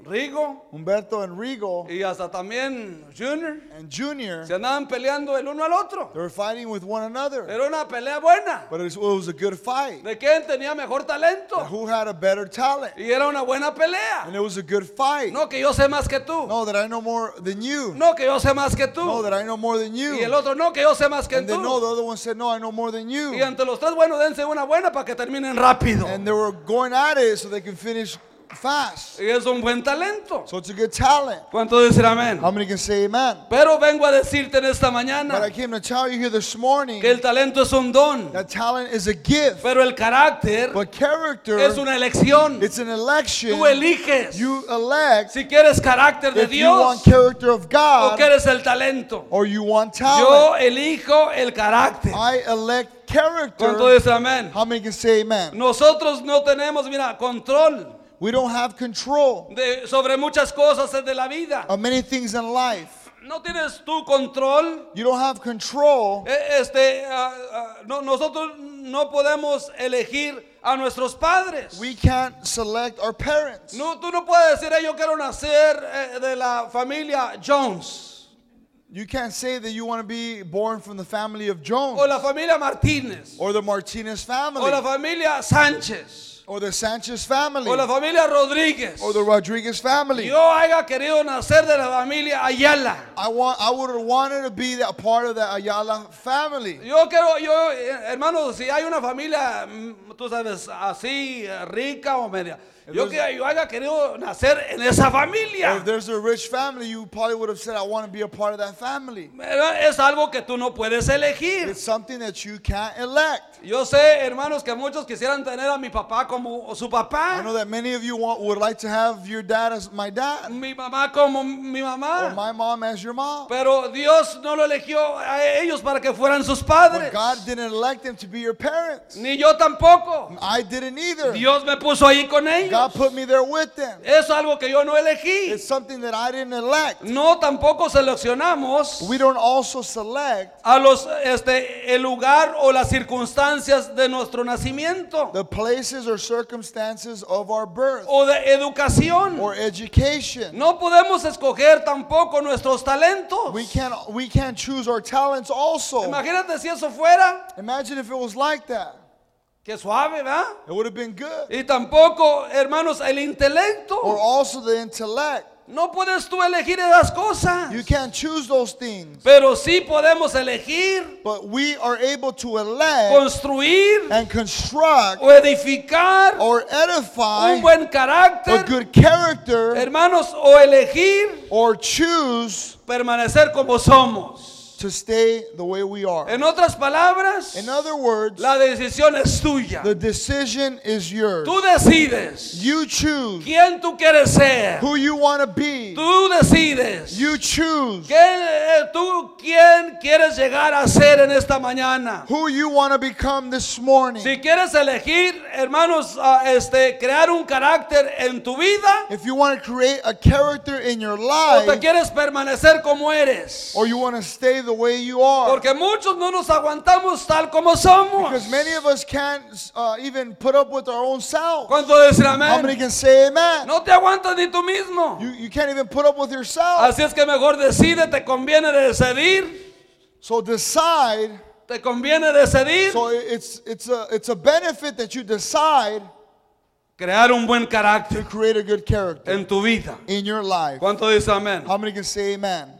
Speaker 1: Rigo
Speaker 2: Humberto and Rigo
Speaker 1: y hasta también Junior
Speaker 2: and Junior,
Speaker 1: se andaban peleando el uno al otro.
Speaker 2: they were fighting with one another.
Speaker 1: Era una pelea buena.
Speaker 2: But it was, it was a good fight.
Speaker 1: De quién tenía mejor talento.
Speaker 2: Who had a better talent?
Speaker 1: Y era una buena pelea.
Speaker 2: And it was a good fight.
Speaker 1: No que yo sé más que tú.
Speaker 2: No, that I know more than you.
Speaker 1: No que yo sé más que
Speaker 2: No,
Speaker 1: tú.
Speaker 2: that I know more than you.
Speaker 1: Y el otro no que yo sé más que
Speaker 2: And then no,
Speaker 1: tú.
Speaker 2: the other one said, no, I know more than
Speaker 1: Y
Speaker 2: you.
Speaker 1: entre los tres, bueno, dense una buena para que terminen rápido.
Speaker 2: And they were going at it so they can finish fast.
Speaker 1: Y es un buen talento.
Speaker 2: So it's a good talent.
Speaker 1: ¿Cuánto dicen amén?
Speaker 2: How many can say amen?
Speaker 1: Pero vengo a decirte en esta
Speaker 2: But I
Speaker 1: mañana
Speaker 2: came to tell you here this morning
Speaker 1: que el talento es un don,
Speaker 2: that talent is a gift,
Speaker 1: pero el carácter
Speaker 2: but character,
Speaker 1: es una elección.
Speaker 2: Pues, it's an election.
Speaker 1: Tú eliges
Speaker 2: You elect
Speaker 1: si quieres carácter de
Speaker 2: if you want
Speaker 1: Dios
Speaker 2: character of
Speaker 1: o
Speaker 2: God Oh,
Speaker 1: quieres el talento.
Speaker 2: or you want talent.
Speaker 1: Yo elijo el carácter.
Speaker 2: I elect
Speaker 1: ¿Cuánto
Speaker 2: character.
Speaker 1: dicen amén?
Speaker 2: How many can say amen?
Speaker 1: Nosotros no tenemos, mira, control
Speaker 2: We don't have control
Speaker 1: de- sobre muchas cosas de la vida.
Speaker 2: of many things in life.
Speaker 1: No tienes tú control
Speaker 2: You don't have control
Speaker 1: Eh, Este, ah, ah, no- nosotros no podemos elegir a nuestros padres.
Speaker 2: We can't select our parents.
Speaker 1: No, tú no puedes decir, "Eh, yo quiero nacer eh, de la familia Jones
Speaker 2: You can't say that you want to be born from the family of Jones
Speaker 1: o la familia Martínez
Speaker 2: or the Martinez family
Speaker 1: o la familia Sánchez
Speaker 2: or the Sanchez family
Speaker 1: o la familia Rodríguez.
Speaker 2: or the Rodriguez family.
Speaker 1: Yo haya querido nacer de la familia Ayala.
Speaker 2: I want I would have wanted to be a part of the Ayala family.
Speaker 1: Yo quiero, yo, eh, hermano, si hay una familia, mm, tú sabes, así, eh, rica o media, yo, que, yo haya querido nacer en esa familia.
Speaker 2: Or if there's a rich family, you probably would have said, I want to be a part of that family.
Speaker 1: ¿Verdad? Es algo que tú no puedes elegir.
Speaker 2: It's something that you can't elect.
Speaker 1: Yo sé, hermanos, que muchos quisieran tener a mi papá como su
Speaker 2: I know
Speaker 1: papá,
Speaker 2: that many of you want, would like to have your dad as my dad
Speaker 1: mi mamá como mi
Speaker 2: or
Speaker 1: mamá.
Speaker 2: my mom as your mom.
Speaker 1: Pero Dios no lo eligió a ellos para que fueran sus
Speaker 2: But
Speaker 1: padres.
Speaker 2: God didn't elect them to be your parents.
Speaker 1: Ni yo tampoco.
Speaker 2: I didn't either.
Speaker 1: Dios me puso ahí con ellos.
Speaker 2: God put me there with them.
Speaker 1: Es algo que yo no elegí.
Speaker 2: It's something that I didn't elect.
Speaker 1: No tampoco seleccionamos
Speaker 2: We don't also select
Speaker 1: a los este el lugar o las circunstancias de nuestro nacimiento
Speaker 2: the places or circumstances of our birth
Speaker 1: o de educación.
Speaker 2: or education.
Speaker 1: No podemos escoger tampoco nuestros talentos.
Speaker 2: We can't we can't choose our talents also.
Speaker 1: Imagínate si eso fuera,
Speaker 2: Imagine if it was like that.
Speaker 1: que suave, ¿verdad?
Speaker 2: It would have been good.
Speaker 1: Y tampoco, hermanos, el
Speaker 2: Or
Speaker 1: intelecto.
Speaker 2: also the intellect.
Speaker 1: No puedes tú elegir esas cosas,
Speaker 2: You can't choose those things.
Speaker 1: pero sí podemos elegir,
Speaker 2: But we are able to elect
Speaker 1: construir
Speaker 2: and construct
Speaker 1: o edificar
Speaker 2: or
Speaker 1: un
Speaker 2: edify
Speaker 1: buen
Speaker 2: a
Speaker 1: carácter,
Speaker 2: good character
Speaker 1: hermanos, o elegir
Speaker 2: or choose
Speaker 1: permanecer como somos.
Speaker 2: to stay the way we are.
Speaker 1: En otras palabras,
Speaker 2: In other words,
Speaker 1: la decisión es tuya.
Speaker 2: the decision is yours.
Speaker 1: Tú decides
Speaker 2: You choose
Speaker 1: quién tú quieres ser.
Speaker 2: who you want to be.
Speaker 1: Tú decides
Speaker 2: You choose
Speaker 1: qué, eh, tú quién quieres llegar a ser en esta mañana.
Speaker 2: who you want to become this morning.
Speaker 1: Si quieres elegir, hermanos, ah, este, crear un carácter en tu vida
Speaker 2: If you want to create a character in your
Speaker 1: o te
Speaker 2: life
Speaker 1: quieres permanecer como eres.
Speaker 2: or you want to stay the way you are.
Speaker 1: Porque muchos no nos aguantamos tal como somos.
Speaker 2: Because many of us can't uh, even put up with our own self.
Speaker 1: Cuando dicen
Speaker 2: How many
Speaker 1: amén,
Speaker 2: can say amen?
Speaker 1: no te aguantas ni tú mismo.
Speaker 2: You, you can't even put up with yourself.
Speaker 1: Así es que mejor decide, te conviene decidir,
Speaker 2: So decide.
Speaker 1: te conviene decidir
Speaker 2: So it- it's, it's, a, it's a benefit that you decide
Speaker 1: crear un buen
Speaker 2: to
Speaker 1: carácter
Speaker 2: create a good character
Speaker 1: en tu vida.
Speaker 2: in your life.
Speaker 1: ¿Cuánto dice amén?
Speaker 2: How many can say amen?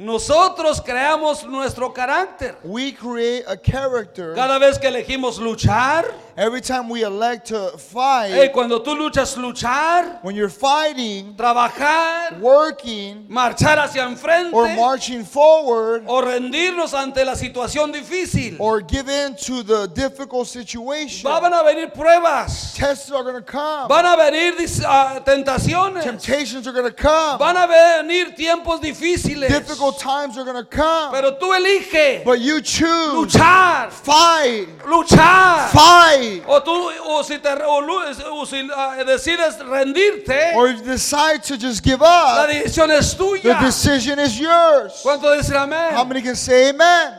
Speaker 1: Nosotros creamos nuestro carácter.
Speaker 2: We create a character
Speaker 1: Cada vez que elegimos luchar,
Speaker 2: every time we elect to
Speaker 1: hey,
Speaker 2: fight.
Speaker 1: cuando tú luchas luchar,
Speaker 2: When you're fighting,
Speaker 1: trabajar,
Speaker 2: working,
Speaker 1: marchar hacia
Speaker 2: or
Speaker 1: enfrente
Speaker 2: marching forward,
Speaker 1: o rendirnos ante la situación difícil.
Speaker 2: or give in to the difficult situation,
Speaker 1: Van a venir pruebas,
Speaker 2: tests are going to come.
Speaker 1: van a venir dis- ah, tentaciones,
Speaker 2: Temptations are going to come.
Speaker 1: van a venir tiempos difíciles.
Speaker 2: Difficult times are going to come.
Speaker 1: Pero tú eliges
Speaker 2: But you choose.
Speaker 1: luchar,
Speaker 2: Fight.
Speaker 1: luchar.
Speaker 2: Fight.
Speaker 1: O tú, o si, te, o lu- o si, ah, decides rendirte,
Speaker 2: Or if you decide to just give
Speaker 1: la
Speaker 2: up,
Speaker 1: decisión es
Speaker 2: the
Speaker 1: tuya.
Speaker 2: decision is yours.
Speaker 1: ¿Cuánto dicen
Speaker 2: How
Speaker 1: amén?
Speaker 2: many can say amen?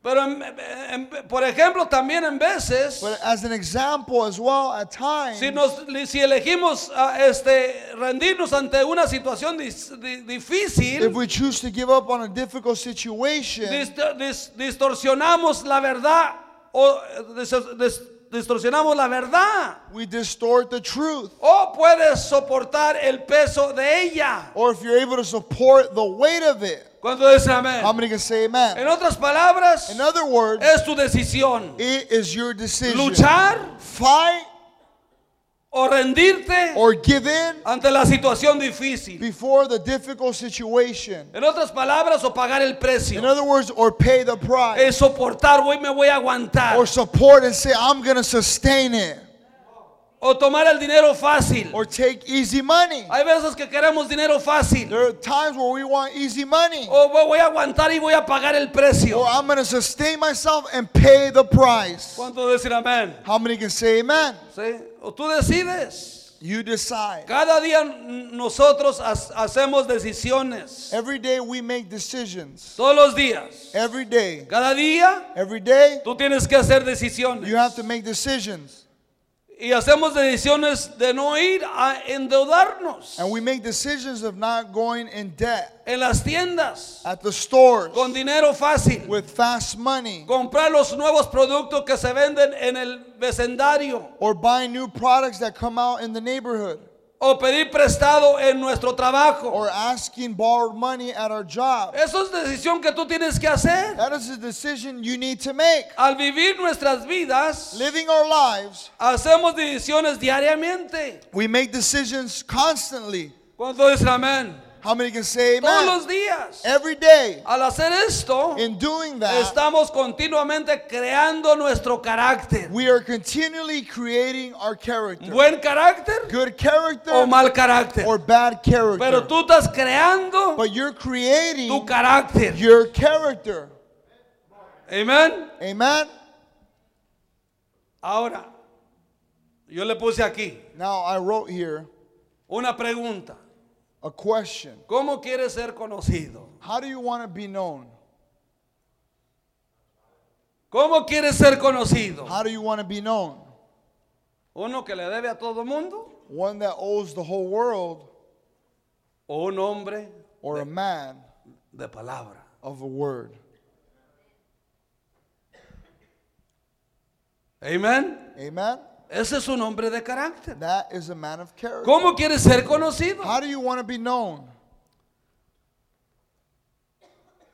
Speaker 1: Pero, en- en- por ejemplo, también en veces,
Speaker 2: But as an example, as well, at times,
Speaker 1: si, nos, si elegimos ah, este, rendirnos ante una situación dis- di-
Speaker 2: if
Speaker 1: difícil,
Speaker 2: we choose to give up on a difficult situation,
Speaker 1: disto- dis- distorsionamos la verdad o eh, dis- dis- distorsionamos la verdad.
Speaker 2: we distort the truth.
Speaker 1: O puedes soportar el peso de ella.
Speaker 2: Or if you're able to support the weight of it,
Speaker 1: Cuando dice
Speaker 2: how
Speaker 1: amén.
Speaker 2: many can say amen?
Speaker 1: En otras palabras,
Speaker 2: In other words,
Speaker 1: es tu decisión.
Speaker 2: it is your decision.
Speaker 1: Luchar
Speaker 2: Fight
Speaker 1: o rendirte
Speaker 2: or give in
Speaker 1: ante la situación difícil.
Speaker 2: before the difficult situation.
Speaker 1: En otras palabras, o pagar el
Speaker 2: In
Speaker 1: precio.
Speaker 2: other words, or pay the price.
Speaker 1: Es soportar, hoy me voy a aguantar.
Speaker 2: Or support and say, I'm going to sustain it.
Speaker 1: O tomar el dinero fácil.
Speaker 2: Or take easy money.
Speaker 1: Hay veces que queremos dinero fácil.
Speaker 2: There are times where we want easy money.
Speaker 1: O vo- voy a aguantar y voy a pagar el precio.
Speaker 2: Or I'm going to sustain myself and pay the price.
Speaker 1: ¿Cuánto decir amén?
Speaker 2: How many can say amen?
Speaker 1: ¿Sí? O tú decides.
Speaker 2: You decide.
Speaker 1: Cada día n- nosotros has- hacemos decisiones.
Speaker 2: Every day we make decisions.
Speaker 1: Todos los días.
Speaker 2: Every day.
Speaker 1: Cada día
Speaker 2: Every day
Speaker 1: tú tienes que hacer
Speaker 2: you
Speaker 1: decisiones.
Speaker 2: have to make decisions.
Speaker 1: Y hacemos decisiones de no ir a endeudarnos
Speaker 2: And we make decisions of not going in debt
Speaker 1: en las tiendas
Speaker 2: at the stores
Speaker 1: con dinero fácil.
Speaker 2: with fast money
Speaker 1: Comprar los nuevos productos que se venden en el vecindario.
Speaker 2: or buying new products that come out in the neighborhood
Speaker 1: o pedir prestado en nuestro trabajo.
Speaker 2: or asking borrowed money at our job.
Speaker 1: Eso es decisión que tú tienes que hacer.
Speaker 2: That is a decision you need to make.
Speaker 1: Al vivir nuestras vidas,
Speaker 2: Living our lives,
Speaker 1: hacemos decisiones diariamente.
Speaker 2: we make decisions constantly.
Speaker 1: ¿Cuánto dicen amén?
Speaker 2: How many can say
Speaker 1: Todos
Speaker 2: amen?
Speaker 1: los días.
Speaker 2: Every day,
Speaker 1: Al hacer esto,
Speaker 2: in doing that,
Speaker 1: estamos continuamente creando nuestro carácter.
Speaker 2: we are continually creating our character.
Speaker 1: Buen carácter
Speaker 2: Good
Speaker 1: o
Speaker 2: character
Speaker 1: mal carácter.
Speaker 2: or
Speaker 1: Oh,
Speaker 2: bad
Speaker 1: Pero
Speaker 2: character.
Speaker 1: tú estás creando
Speaker 2: But you're
Speaker 1: tu
Speaker 2: creating
Speaker 1: carácter.
Speaker 2: your character.
Speaker 1: Amén.
Speaker 2: Amen?
Speaker 1: Ahora, yo le puse aquí
Speaker 2: Now, I wrote here
Speaker 1: una pregunta.
Speaker 2: a question
Speaker 1: ¿Cómo quieres ser conocido?
Speaker 2: How do you want to be known?
Speaker 1: ¿Cómo quieres ser conocido?
Speaker 2: How do you want to be known?
Speaker 1: ¿Uno que le debe a todo mundo?
Speaker 2: One that owes the whole world
Speaker 1: ¿O un hombre
Speaker 2: or a man
Speaker 1: de palabra?
Speaker 2: of a word?
Speaker 1: Amén.
Speaker 2: Amen?
Speaker 1: Ese es un hombre de carácter.
Speaker 2: That is a man of character.
Speaker 1: ¿Cómo quieres ser conocido?
Speaker 2: How do you want to be known?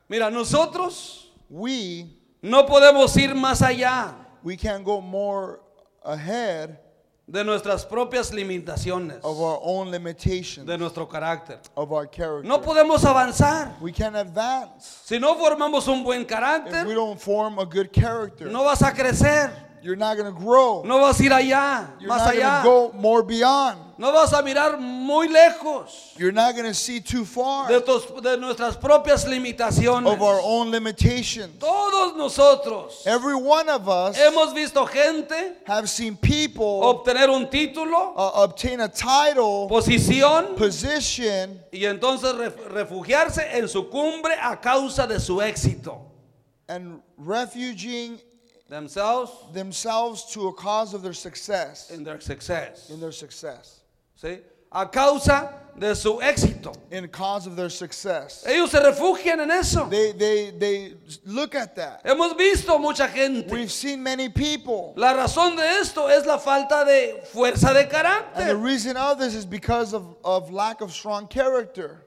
Speaker 1: Mira, nosotros
Speaker 2: We
Speaker 1: no podemos ir más allá
Speaker 2: we can't go more ahead
Speaker 1: de nuestras propias limitaciones,
Speaker 2: of our own limitations,
Speaker 1: de nuestro carácter.
Speaker 2: of our character.
Speaker 1: No podemos avanzar.
Speaker 2: we can advance.
Speaker 1: Si no formamos un buen
Speaker 2: If we
Speaker 1: carácter,
Speaker 2: don't form a good character,
Speaker 1: no vas a crecer.
Speaker 2: you're not going to grow.
Speaker 1: No vas a ir allá,
Speaker 2: you're
Speaker 1: más
Speaker 2: not
Speaker 1: allá.
Speaker 2: going to go more beyond.
Speaker 1: No vas a mirar muy lejos
Speaker 2: You're not going to see too far
Speaker 1: de, tus- de nuestras propias limitaciones.
Speaker 2: of our own limitations.
Speaker 1: Todos nosotros
Speaker 2: Every one of us
Speaker 1: hemos visto gente
Speaker 2: have seen people
Speaker 1: obtener un título,
Speaker 2: uh, obtain a title,
Speaker 1: posición
Speaker 2: position,
Speaker 1: y entonces ref- refugiarse en su cumbre a causa de su éxito.
Speaker 2: and refuging
Speaker 1: Themselves
Speaker 2: themselves to a cause of their success.
Speaker 1: in their success.
Speaker 2: In their success.
Speaker 1: ¿sí? A causa de su éxito.
Speaker 2: In cause of their success.
Speaker 1: Ellos se refugian en eso.
Speaker 2: They, they, they look at that.
Speaker 1: Hemos visto mucha gente.
Speaker 2: We've seen many people.
Speaker 1: La razón de esto es la falta de fuerza de
Speaker 2: And the
Speaker 1: carácter.
Speaker 2: reason of this is because of, of lack of strong character.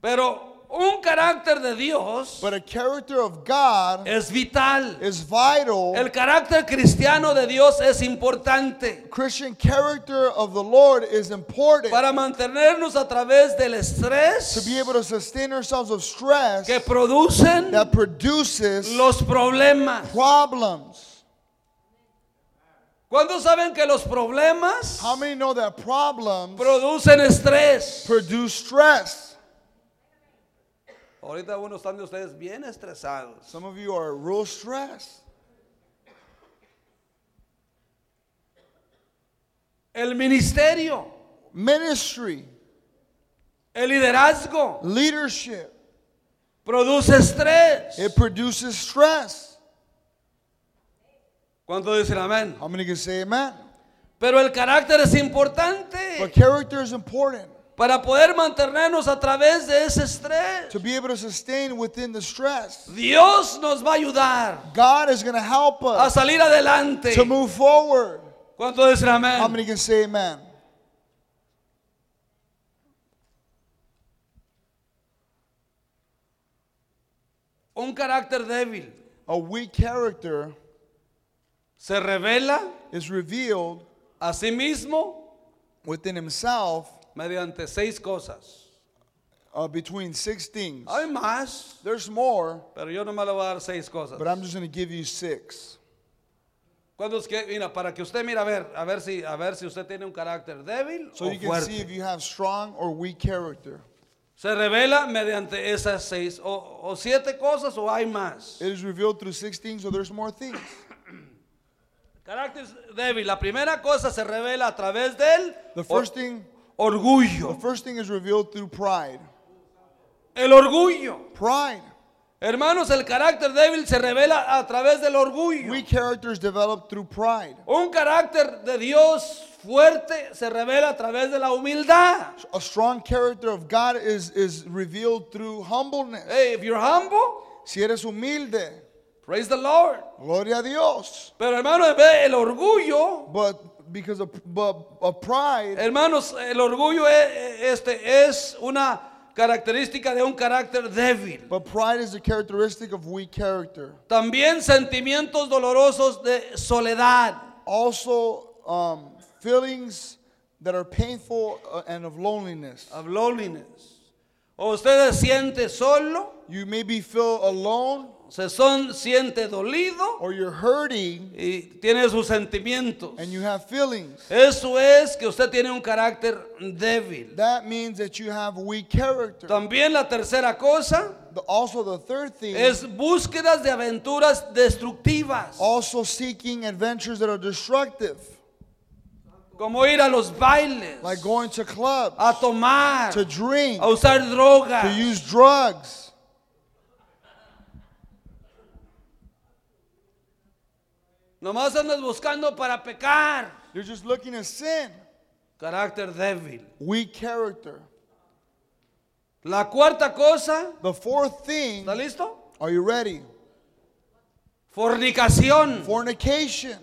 Speaker 1: Pero un carácter de Dios
Speaker 2: But a character of God
Speaker 1: es vital.
Speaker 2: is vital.
Speaker 1: El carácter cristiano de Dios es importante
Speaker 2: Christian character of the Lord is important
Speaker 1: para mantenernos a través del
Speaker 2: to
Speaker 1: estrés
Speaker 2: be able to sustain ourselves of stress
Speaker 1: que producen
Speaker 2: that produces
Speaker 1: los problemas.
Speaker 2: problems.
Speaker 1: ¿Cuándo saben que los problemas
Speaker 2: How many know that problems
Speaker 1: producen estrés?
Speaker 2: produce stress?
Speaker 1: Ahorita unos están de ustedes bien estresados.
Speaker 2: Some of you are real stressed.
Speaker 1: El ministerio,
Speaker 2: Ministry,
Speaker 1: el liderazgo,
Speaker 2: leadership,
Speaker 1: produce estrés.
Speaker 2: it produces stress.
Speaker 1: ¿Cuántos dicen amén?
Speaker 2: How many can say amen?
Speaker 1: Pero el carácter es importante
Speaker 2: But character is important
Speaker 1: para poder mantenernos a través de ese estrés.
Speaker 2: to be able to sustain within the stress.
Speaker 1: Dios nos va a ayudar
Speaker 2: God is going to help
Speaker 1: a
Speaker 2: us
Speaker 1: salir adelante.
Speaker 2: to move forward.
Speaker 1: ¿Cuántos dicen
Speaker 2: How
Speaker 1: amén?
Speaker 2: many can say amen?
Speaker 1: Un carácter débil
Speaker 2: A weak character
Speaker 1: se revela
Speaker 2: is revealed
Speaker 1: a sí mismo
Speaker 2: within himself
Speaker 1: mediante seis cosas.
Speaker 2: uh, between six things.
Speaker 1: Hay más,
Speaker 2: There's more,
Speaker 1: pero yo nomás le voy a dar seis cosas.
Speaker 2: but I'm just going to give you six.
Speaker 1: ¿Cuántos que, mira, para que usted mira a ver, a ver si, a ver si usted tiene un carácter débil
Speaker 2: So
Speaker 1: o
Speaker 2: you can see if
Speaker 1: Oh, fuerte.
Speaker 2: you have strong or weak character.
Speaker 1: Se revela mediante esas seis o, o siete cosas o hay más.
Speaker 2: It is revealed through six things, so there's more things.
Speaker 1: Carácter débil. La primera cosa se revela a través del
Speaker 2: The
Speaker 1: or-
Speaker 2: first thing, the
Speaker 1: orgullo.
Speaker 2: first thing is revealed through pride.
Speaker 1: El orgullo.
Speaker 2: Pride.
Speaker 1: Hermanos, el carácter débil se revela a través del orgullo.
Speaker 2: Weak characters develop through pride.
Speaker 1: Un carácter de Dios fuerte se revela a través de la humildad.
Speaker 2: A strong character of God is, is revealed through humbleness.
Speaker 1: Hey, if you're humble,
Speaker 2: Si eres humilde,
Speaker 1: praise the Lord.
Speaker 2: gloria a Dios.
Speaker 1: Pero hermanos, ve el orgullo.
Speaker 2: But because of, but, of pride,
Speaker 1: Hermanos, el orgullo es, este, es una característica de un carácter débil.
Speaker 2: but pride is a characteristic of weak character.
Speaker 1: También sentimientos dolorosos de soledad.
Speaker 2: also um, feelings that are painful uh, and of loneliness.
Speaker 1: of loneliness. O usted se siente solo,
Speaker 2: You maybe feel alone
Speaker 1: se son, siente dolido
Speaker 2: or you're hurting
Speaker 1: y tiene sus sentimientos.
Speaker 2: and you have feelings.
Speaker 1: Eso es que usted tiene un carácter débil.
Speaker 2: That means that you have weak character.
Speaker 1: También la tercera cosa
Speaker 2: The- also, the third thing is
Speaker 1: es búsquedas de aventuras destructivas,
Speaker 2: also seeking adventures that are destructive,
Speaker 1: como ir a los bailes,
Speaker 2: like going to clubs,
Speaker 1: a tomar,
Speaker 2: to drink,
Speaker 1: a usar drogas.
Speaker 2: to use drugs.
Speaker 1: Nomás andas buscando para pecar.
Speaker 2: You're just looking to sin.
Speaker 1: Carácter débil.
Speaker 2: Weak character.
Speaker 1: La cuarta cosa,
Speaker 2: The fourth thing,
Speaker 1: ¿está listo?
Speaker 2: are you ready?
Speaker 1: Fornicación.
Speaker 2: Fornication,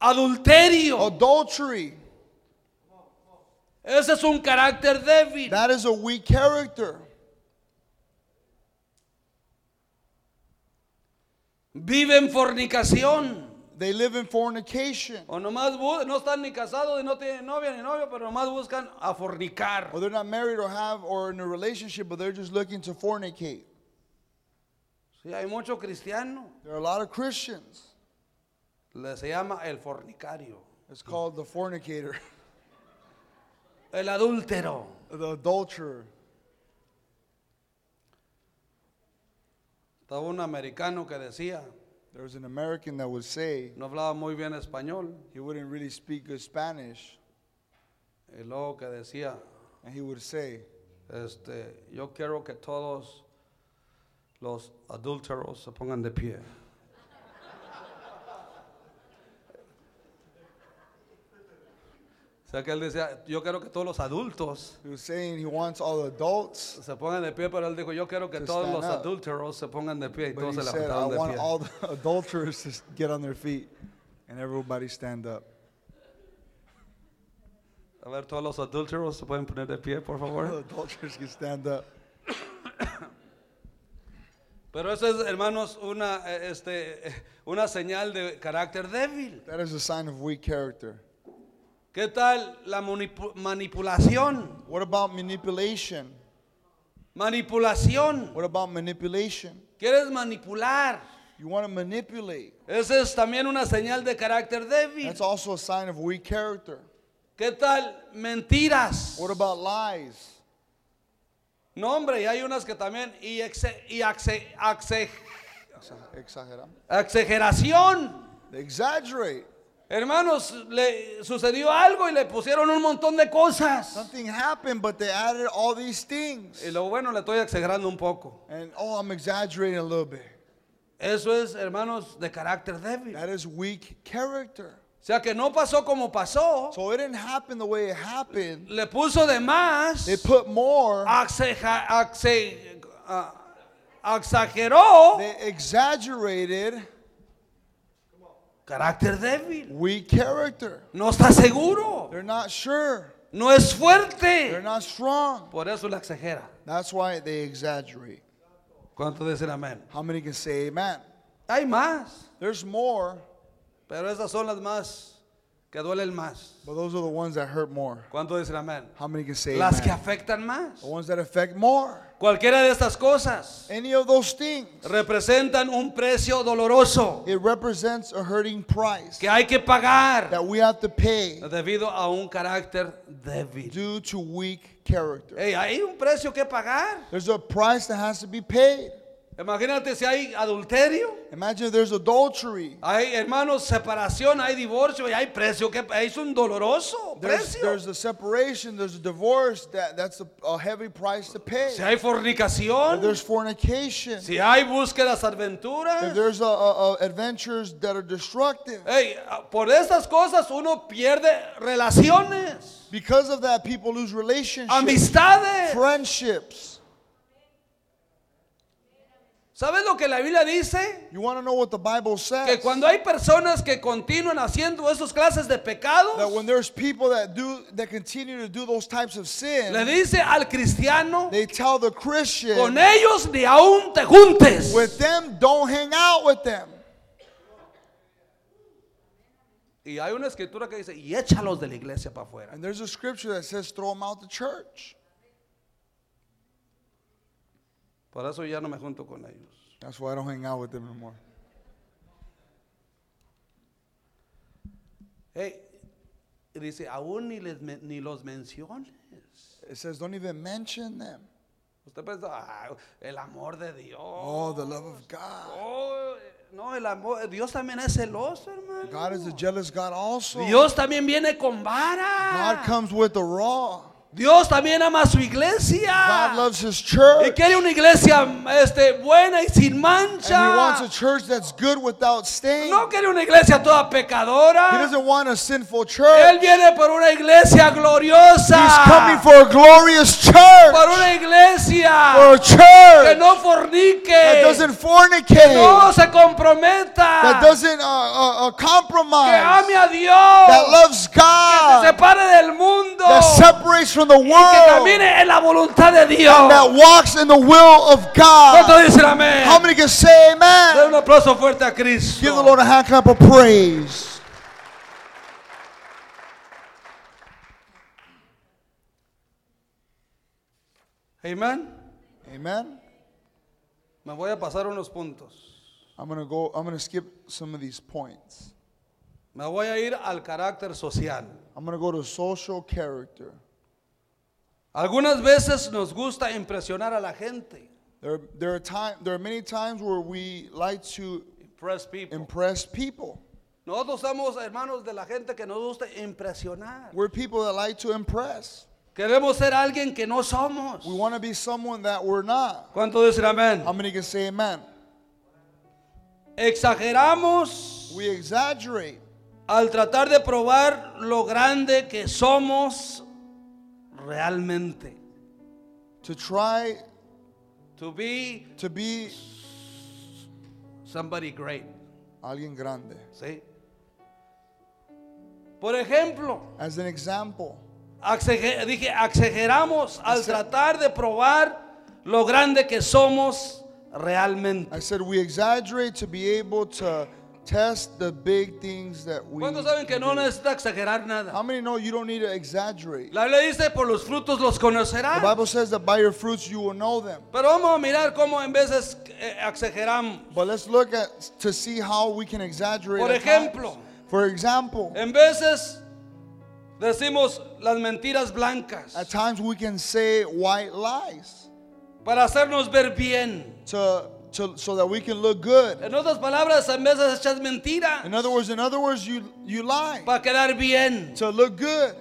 Speaker 1: Adulterio.
Speaker 2: adultery.
Speaker 1: Ese es un carácter débil.
Speaker 2: That is a weak character.
Speaker 1: Vive en fornicación.
Speaker 2: They live in fornication.
Speaker 1: O nomás bu- no están ni casados y no tienen novia ni novio, pero nomás buscan a fornicar.
Speaker 2: Or they're not married or have or in a relationship, but they're just looking to fornicate.
Speaker 1: Sí, hay mucho cristiano.
Speaker 2: There are a lot of Christians.
Speaker 1: Le se llama el fornicario,
Speaker 2: It's called the fornicator,
Speaker 1: el adúltero.
Speaker 2: the adulterer.
Speaker 1: Estaba un americano que decía,
Speaker 2: There was an American that would say
Speaker 1: no hablaba muy bien español,
Speaker 2: he wouldn't really speak good Spanish,
Speaker 1: y luego que decía,
Speaker 2: and he would say,
Speaker 1: este, yo quiero que todos los adúlteros se pongan de pie. O sea que él decía, yo quiero que todos los adultos
Speaker 2: he was saying he wants all the adults,
Speaker 1: se pongan de pie, pero él dijo, yo quiero que
Speaker 2: To
Speaker 1: todos
Speaker 2: stand
Speaker 1: los
Speaker 2: up.
Speaker 1: adúlteros se pongan de pie y
Speaker 2: but
Speaker 1: todos
Speaker 2: he
Speaker 1: se
Speaker 2: said, I
Speaker 1: levantaron de
Speaker 2: want
Speaker 1: pie.
Speaker 2: all the adulterers to get on their feet, and everybody stand up.
Speaker 1: A ver, todos los adúlteros se pueden poner de pie, por
Speaker 2: All the
Speaker 1: favor.
Speaker 2: adulterers can stand up.
Speaker 1: Pero eso es, hermanos, una, eh, este, eh, una señal de carácter débil.
Speaker 2: That is a sign of weak character.
Speaker 1: ¿Qué tal la manipu- manipulación?
Speaker 2: What about manipulation?
Speaker 1: Manipulación.
Speaker 2: What about manipulation?
Speaker 1: Quieres manipular.
Speaker 2: You want to manipulate.
Speaker 1: Esa es también una señal de carácter débil.
Speaker 2: That's also a sign of weak character.
Speaker 1: ¿Qué tal mentiras?
Speaker 2: What about lies?
Speaker 1: No, hombre, y hay unas que también. Y, exe- y axe- axe-
Speaker 2: Exageram.
Speaker 1: exageración.
Speaker 2: They exaggerate.
Speaker 1: Hermanos, le sucedió algo y le pusieron un montón de cosas.
Speaker 2: Something happened, but they added all these things.
Speaker 1: Y lo bueno, le estoy exagerando un poco.
Speaker 2: And oh, I'm exaggerating a little bit.
Speaker 1: Eso es, hermanos, de carácter débil.
Speaker 2: That is weak character.
Speaker 1: O sea que no pasó como pasó.
Speaker 2: So it didn't happen the way it happened.
Speaker 1: Le puso de más.
Speaker 2: They put more.
Speaker 1: Axeja- axe- ah, exageró
Speaker 2: They exaggerated
Speaker 1: carácter débil.
Speaker 2: weak character.
Speaker 1: No está seguro.
Speaker 2: They're not sure.
Speaker 1: No es
Speaker 2: They're
Speaker 1: fuerte.
Speaker 2: not strong.
Speaker 1: Por eso la exagera.
Speaker 2: That's why they exaggerate.
Speaker 1: ¿Cuántos dicen amén?
Speaker 2: How many can say amen?
Speaker 1: Hay más,
Speaker 2: There's more,
Speaker 1: pero esas son las más que duelen más.
Speaker 2: but those are the ones that hurt more.
Speaker 1: ¿Cuántos dicen amén?
Speaker 2: How many can say
Speaker 1: Las que
Speaker 2: amen?
Speaker 1: afectan más.
Speaker 2: The ones that affect more.
Speaker 1: Cualquiera de estas cosas
Speaker 2: Any of those things.
Speaker 1: representan un precio doloroso
Speaker 2: It represents a hurting price
Speaker 1: que hay que pagar
Speaker 2: that we have to pay
Speaker 1: debido a un carácter débil.
Speaker 2: due to weak character.
Speaker 1: Ey, hay un precio que pagar.
Speaker 2: There's a price that has to be paid.
Speaker 1: Imagínate si hay adulterio,
Speaker 2: Imagine if there's adultery.
Speaker 1: hay hermanos separación, hay divorcio y hay precio que es un doloroso
Speaker 2: There's,
Speaker 1: precio.
Speaker 2: there's a separation, there's a divorce, that, that's a, a heavy price to pay.
Speaker 1: si hay
Speaker 2: If
Speaker 1: fornicación,
Speaker 2: there's fornication,
Speaker 1: si hay búsquedas
Speaker 2: if
Speaker 1: aventuras,
Speaker 2: there's a, a, a adventures that are destructive,
Speaker 1: ey, ah, por estas cosas uno pierde relaciones,
Speaker 2: because of that, people lose relationships,
Speaker 1: amistades.
Speaker 2: friendships.
Speaker 1: ¿Sabes lo que la Biblia dice?
Speaker 2: You want to know what the Bible
Speaker 1: Que
Speaker 2: says?
Speaker 1: cuando hay personas que continúan haciendo esas clases de
Speaker 2: That
Speaker 1: pecados,
Speaker 2: when there's people that do that continue to do those types of sins,
Speaker 1: le dice al cristiano,
Speaker 2: They tell the Christian,
Speaker 1: con ellos ni aún te juntes.
Speaker 2: with them, don't hang out with them.
Speaker 1: Y hay una escritura que dice, y échalos de la iglesia para afuera.
Speaker 2: And there's a scripture that says, throw them out the church.
Speaker 1: Por eso ya no me junto con ellos.
Speaker 2: That's why I don't hang out with them anymore.
Speaker 1: Hey, y dice, aún ni, les men- ni los menciones.
Speaker 2: It says, don't even mention them.
Speaker 1: Usted pensó, "Ah, el amor de Dios.
Speaker 2: Oh, the love of God.
Speaker 1: Oh, eh, no, el amor, Dios también es celoso, hermano.
Speaker 2: God is a jealous God also.
Speaker 1: Dios también viene con
Speaker 2: God
Speaker 1: vara.
Speaker 2: comes with the raw.
Speaker 1: Dios también ama a su
Speaker 2: God
Speaker 1: iglesia.
Speaker 2: loves his
Speaker 1: Ah. Y
Speaker 2: church.
Speaker 1: quiere una iglesia este, buena y sin
Speaker 2: And he wants
Speaker 1: mancha.
Speaker 2: a church that's good without stain.
Speaker 1: No quiere una iglesia toda pecadora.
Speaker 2: He doesn't want a sinful
Speaker 1: Él
Speaker 2: church.
Speaker 1: viene por una iglesia
Speaker 2: He's coming
Speaker 1: gloriosa.
Speaker 2: for a glorious
Speaker 1: Por
Speaker 2: church.
Speaker 1: una iglesia
Speaker 2: For a
Speaker 1: que
Speaker 2: church
Speaker 1: no fornique,
Speaker 2: that
Speaker 1: que
Speaker 2: doesn't fornicate.
Speaker 1: no se
Speaker 2: that
Speaker 1: comprometa,
Speaker 2: doesn't uh, uh, uh,
Speaker 1: que
Speaker 2: compromise,
Speaker 1: ame a
Speaker 2: that
Speaker 1: Dios,
Speaker 2: loves
Speaker 1: que se
Speaker 2: God,
Speaker 1: separe del mundo,
Speaker 2: that separates from the
Speaker 1: que
Speaker 2: world
Speaker 1: camine en la voluntad de Dios.
Speaker 2: that walks in the will of God.
Speaker 1: ¿Cuántos dicen amén?
Speaker 2: How many can say
Speaker 1: Den un
Speaker 2: amen?
Speaker 1: aplauso fuerte a
Speaker 2: Give the
Speaker 1: Cristo.
Speaker 2: Lord a hand clap of praise.
Speaker 1: Amén.
Speaker 2: Amen.
Speaker 1: Me voy a pasar unos puntos.
Speaker 2: I'm gonna go. I'm gonna skip some of these points.
Speaker 1: Me voy a ir al carácter social.
Speaker 2: I'm gonna go to social character.
Speaker 1: Algunas veces nos gusta impresionar a la gente.
Speaker 2: There, there are time. There are many times where we like to
Speaker 1: Impress people.
Speaker 2: impress people.
Speaker 1: Nosotros somos hermanos de la gente que nos gusta impresionar.
Speaker 2: We're people that like to impress.
Speaker 1: Queremos ser alguien que no somos.
Speaker 2: We want to be someone that we're not.
Speaker 1: ¿Cuántos dicen amén?
Speaker 2: How many can say amen?
Speaker 1: Exageramos
Speaker 2: We exaggerate
Speaker 1: al tratar de probar lo grande que somos realmente.
Speaker 2: to try
Speaker 1: To be
Speaker 2: to be
Speaker 1: somebody great.
Speaker 2: alguien grande.
Speaker 1: ¿sí? Por ejemplo,
Speaker 2: As an example,
Speaker 1: Exager- dije, exageramos al tratar de probar lo grande que somos realmente.
Speaker 2: I said we exaggerate to be able to test the big things that we.
Speaker 1: ¿Cuántos saben que no necesita exagerar
Speaker 2: How
Speaker 1: nada?
Speaker 2: many know you don't need to exaggerate?
Speaker 1: La Biblia dice, por los frutos los
Speaker 2: The
Speaker 1: conocerán.
Speaker 2: Bible says that by your fruits you will know them.
Speaker 1: Pero vamos a mirar cómo en veces eh, exageramos.
Speaker 2: But let's look at to see how we can exaggerate.
Speaker 1: Por
Speaker 2: at times.
Speaker 1: ejemplo.
Speaker 2: for example,
Speaker 1: En veces decimos las mentiras blancas
Speaker 2: at times we can say white lies
Speaker 1: para hacernos ver bien.
Speaker 2: to, to so that we can look good.
Speaker 1: En otras palabras, en veces echas mentiras
Speaker 2: In other words, in other words, you you lie
Speaker 1: para quedar bien.
Speaker 2: to look good.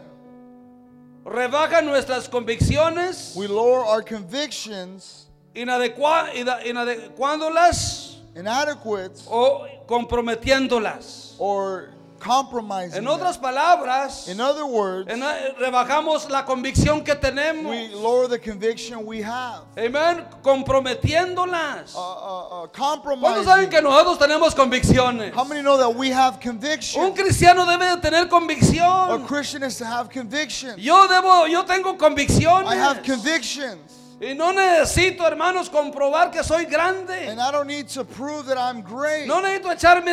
Speaker 1: Rebaja nuestras convicciones.
Speaker 2: We lower our convictions,
Speaker 1: inadecua- ina- inadecuándolas
Speaker 2: inadequate,
Speaker 1: o comprometiéndolas.
Speaker 2: or compromising.
Speaker 1: En
Speaker 2: them.
Speaker 1: otras palabras,
Speaker 2: in other words,
Speaker 1: en- rebajamos la convicción que tenemos.
Speaker 2: we lower the conviction we have.
Speaker 1: Amén, comprometiéndolas.
Speaker 2: Uh, uh, uh,
Speaker 1: ¿Cuántos saben que
Speaker 2: compromising.
Speaker 1: nosotros tenemos convicciones?
Speaker 2: How many know that we have conviction?
Speaker 1: Un cristiano debe de tener
Speaker 2: A
Speaker 1: convicción.
Speaker 2: Christian is to have conviction.
Speaker 1: Yo debo, yo tengo convicciones.
Speaker 2: I have convictions.
Speaker 1: Y no necesito, hermanos, comprobar que soy grande.
Speaker 2: And I don't need to prove that I'm great.
Speaker 1: No necesito echar
Speaker 2: I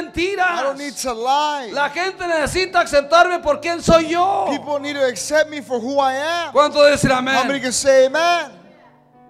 Speaker 2: don't need
Speaker 1: mentiras.
Speaker 2: to lie.
Speaker 1: La gente necesita aceptarme por quien soy yo.
Speaker 2: People need to accept me for who I am.
Speaker 1: ¿Cuánto dicen
Speaker 2: How many
Speaker 1: amén?
Speaker 2: can say amen?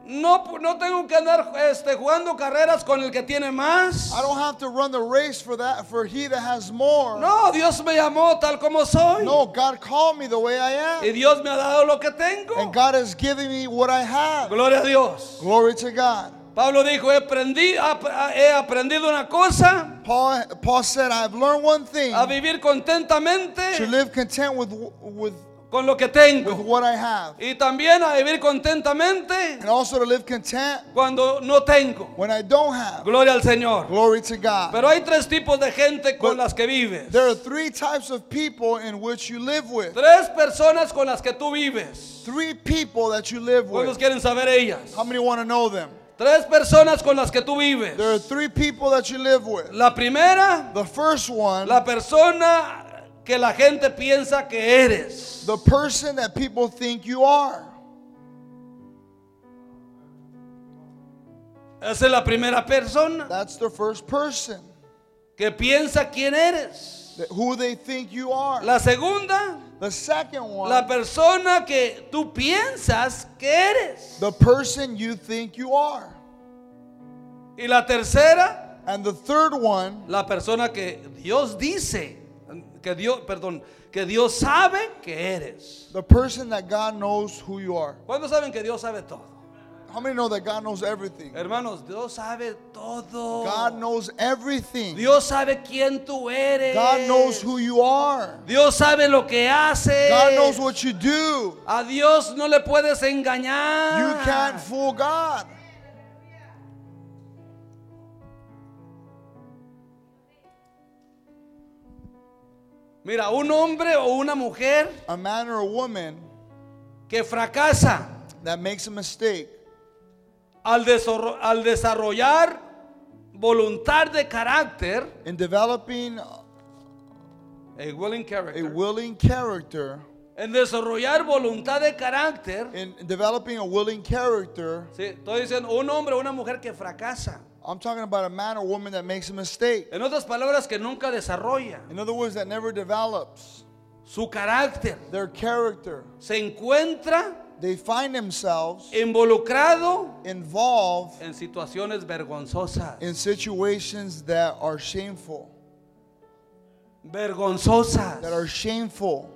Speaker 1: No, pu- no tengo que andar este, jugando carreras con el que tiene más.
Speaker 2: I don't have to run the race for that for he that has more.
Speaker 1: No, Dios me llamó tal como soy.
Speaker 2: No, God called me the way I
Speaker 1: Y
Speaker 2: am.
Speaker 1: Dios me ha dado lo que tengo.
Speaker 2: And God has given me what I have.
Speaker 1: Gloria a Dios.
Speaker 2: Glory to God.
Speaker 1: Pablo dijo, he, aprendí- ap- a- he aprendido una cosa,
Speaker 2: Paul, Paul said, I've learned one thing
Speaker 1: a
Speaker 2: to
Speaker 1: vivir contentamente
Speaker 2: live content with with
Speaker 1: con lo que
Speaker 2: with
Speaker 1: tengo.
Speaker 2: what I have.
Speaker 1: Y también a vivir contentamente
Speaker 2: And also to live content
Speaker 1: cuando no tengo.
Speaker 2: when I don't have.
Speaker 1: Gloria al Señor.
Speaker 2: Glory to God.
Speaker 1: Pero hay tres tipos de gente con
Speaker 2: But-
Speaker 1: las que vives.
Speaker 2: There are three types of people in which you live with.
Speaker 1: Tres personas con las que tú vives.
Speaker 2: Three people that you live
Speaker 1: ¿Cuántos
Speaker 2: with.
Speaker 1: quieren saber ellas?
Speaker 2: How many want to know them?
Speaker 1: Tres personas con las que tú vives.
Speaker 2: There are three people that you live with.
Speaker 1: La primera,
Speaker 2: The first one,
Speaker 1: la persona que la gente piensa que eres.
Speaker 2: the person that people think you are.
Speaker 1: Esa es la primera persona
Speaker 2: That's the first person,
Speaker 1: que piensa quién eres.
Speaker 2: that- who they think you are.
Speaker 1: La segunda,
Speaker 2: The second
Speaker 1: la
Speaker 2: one,
Speaker 1: persona que tú piensas que eres.
Speaker 2: the person you think you are.
Speaker 1: Y la tercera,
Speaker 2: And the third one,
Speaker 1: la persona que Dios dice, que Dios, perdón, que Dios sabe que eres.
Speaker 2: the person that God knows who you are.
Speaker 1: ¿Cuándo saben que Dios sabe todo?
Speaker 2: How many know that God knows everything?
Speaker 1: Hermanos, Dios sabe todo.
Speaker 2: God knows everything.
Speaker 1: Dios sabe quién tú eres.
Speaker 2: God knows who you are.
Speaker 1: Dios sabe lo que hace.
Speaker 2: God knows what you do.
Speaker 1: A Dios no le puedes
Speaker 2: You
Speaker 1: engañar.
Speaker 2: can't fool God.
Speaker 1: Mira, un hombre o una mujer
Speaker 2: A man or a woman
Speaker 1: que fracasa
Speaker 2: that makes a mistake
Speaker 1: al, desarro- al desarrollar voluntad de carácter,
Speaker 2: in developing
Speaker 1: a willing
Speaker 2: a
Speaker 1: character,
Speaker 2: willing character
Speaker 1: en desarrollar voluntad de carácter.
Speaker 2: in developing a willing character.
Speaker 1: Sí, estoy diciendo un hombre o una mujer que fracasa.
Speaker 2: I'm talking about a man or woman that makes a mistake.
Speaker 1: En otras palabras, que nunca desarrolla
Speaker 2: In other words, that never develops
Speaker 1: su carácter.
Speaker 2: their character.
Speaker 1: Se encuentra
Speaker 2: They find themselves
Speaker 1: involucrado
Speaker 2: involved
Speaker 1: en situaciones vergonzosas.
Speaker 2: in situations that are shameful. That are
Speaker 1: Vergonzosas.
Speaker 2: shameful.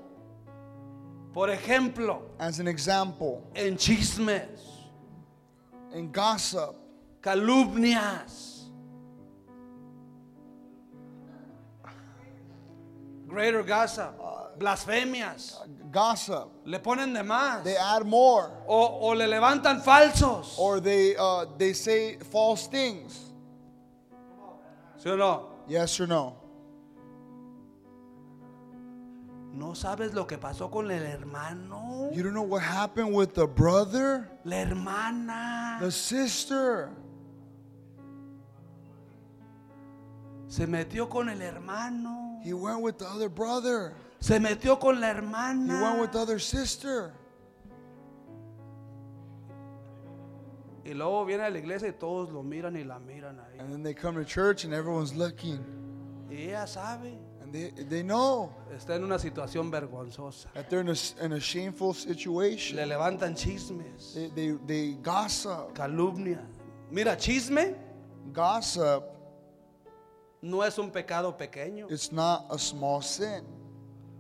Speaker 1: Por ejemplo,
Speaker 2: As an example,
Speaker 1: en chismes,
Speaker 2: in gossip,
Speaker 1: calumnias. Greater gossip, blasfemias.
Speaker 2: gossip,
Speaker 1: Le ponen de más.
Speaker 2: they add more,
Speaker 1: O, o le levantan falsos.
Speaker 2: or they uh, they say false things.
Speaker 1: ¿Sí o no?
Speaker 2: Yes or no?
Speaker 1: No sabes lo que pasó con el hermano.
Speaker 2: You don't know what happened with the brother,
Speaker 1: La hermana.
Speaker 2: the sister.
Speaker 1: Se metió con el hermano.
Speaker 2: He went with the other brother.
Speaker 1: Se metió con la
Speaker 2: He went
Speaker 1: hermana.
Speaker 2: with the other sister.
Speaker 1: Y luego viene a la iglesia y todos lo miran y la miran ahí.
Speaker 2: And then they come to church and everyone's looking.
Speaker 1: Y ella sabe,
Speaker 2: And they, they know
Speaker 1: está en una situación vergonzosa.
Speaker 2: that they're in a, s- in a shameful situation.
Speaker 1: Le levantan chismes,
Speaker 2: They, they, they gossip.
Speaker 1: calumnia. Mira, chisme
Speaker 2: Gossip,
Speaker 1: no es un pecado pequeño,
Speaker 2: it's not a small sin.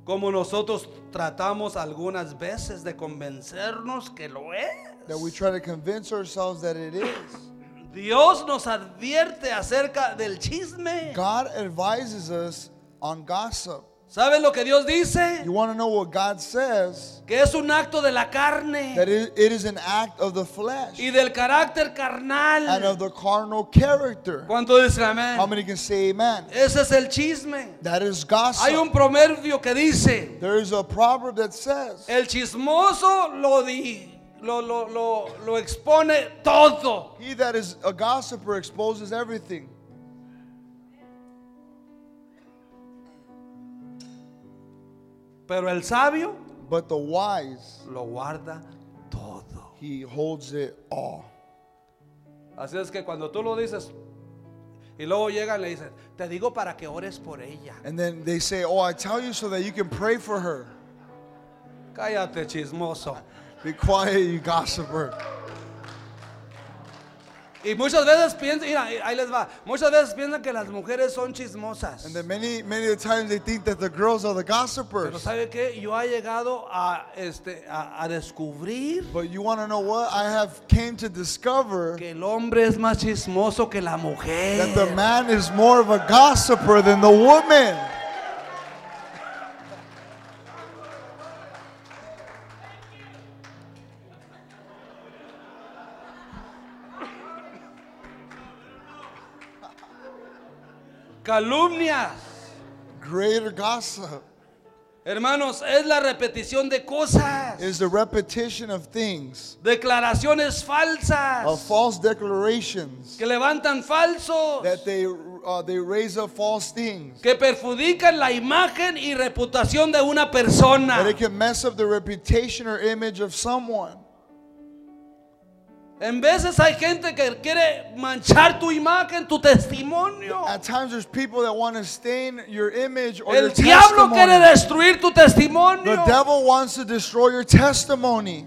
Speaker 1: como nosotros tratamos algunas veces de convencernos que lo es.
Speaker 2: That we try to convince ourselves that it is.
Speaker 1: Dios nos advierte acerca del chisme.
Speaker 2: God advises us on gossip.
Speaker 1: ¿Sabes lo que Dios dice?
Speaker 2: You want to know what God says?
Speaker 1: Que es un acto de la
Speaker 2: That
Speaker 1: carne
Speaker 2: it, it is an act of the flesh
Speaker 1: y del carácter
Speaker 2: and
Speaker 1: carnal.
Speaker 2: of the carnal character.
Speaker 1: ¿Cuánto dicen
Speaker 2: How
Speaker 1: amén?
Speaker 2: many can say amen?
Speaker 1: Ese es el chisme.
Speaker 2: That is
Speaker 1: Hay
Speaker 2: gossip.
Speaker 1: un proverbio que dice,
Speaker 2: There is a proverb that says,
Speaker 1: el chismoso lo, di- lo, lo, lo- lo expone todo.
Speaker 2: He that is a gossiper exposes everything.
Speaker 1: Pero el sabio
Speaker 2: But the wise,
Speaker 1: lo guarda todo.
Speaker 2: he holds it all.
Speaker 1: Así es que cuando tú lo dices y luego llegan le dicen, te digo para que ores por ella.
Speaker 2: And then they say, Oh, I tell you so that you can pray for her.
Speaker 1: Cállate chismoso.
Speaker 2: Be quiet, you gossiper.
Speaker 1: Y muchas veces piensan, mira, ahí les va, muchas veces piensan que las mujeres son chismosas.
Speaker 2: And then many, many of the times they think that the girls are the
Speaker 1: Pero
Speaker 2: gossipers.
Speaker 1: ¿sabe qué? Yo he llegado a, este, a, a descubrir
Speaker 2: But you want to know what? I have came to discover
Speaker 1: que el hombre es más chismoso que la
Speaker 2: that the
Speaker 1: mujer.
Speaker 2: man is more of a gossiper than the woman.
Speaker 1: Calumnias.
Speaker 2: Greater gossip
Speaker 1: Hermanos, es la repetición de cosas.
Speaker 2: is the repetition of things,
Speaker 1: declaraciones
Speaker 2: of
Speaker 1: falsas.
Speaker 2: false declarations,
Speaker 1: Que levantan falsos.
Speaker 2: that they, uh, they raise up false things.
Speaker 1: Que perjudican la imagen y reputación de una persona.
Speaker 2: That it can mess up the reputation or image of someone.
Speaker 1: En veces hay gente que quiere manchar tu imagen, tu testimonio.
Speaker 2: At times, there's people that want to stain your image or your
Speaker 1: El diablo quiere
Speaker 2: testimony.
Speaker 1: destruir tu
Speaker 2: The
Speaker 1: testimonio.
Speaker 2: devil wants to destroy your testimony.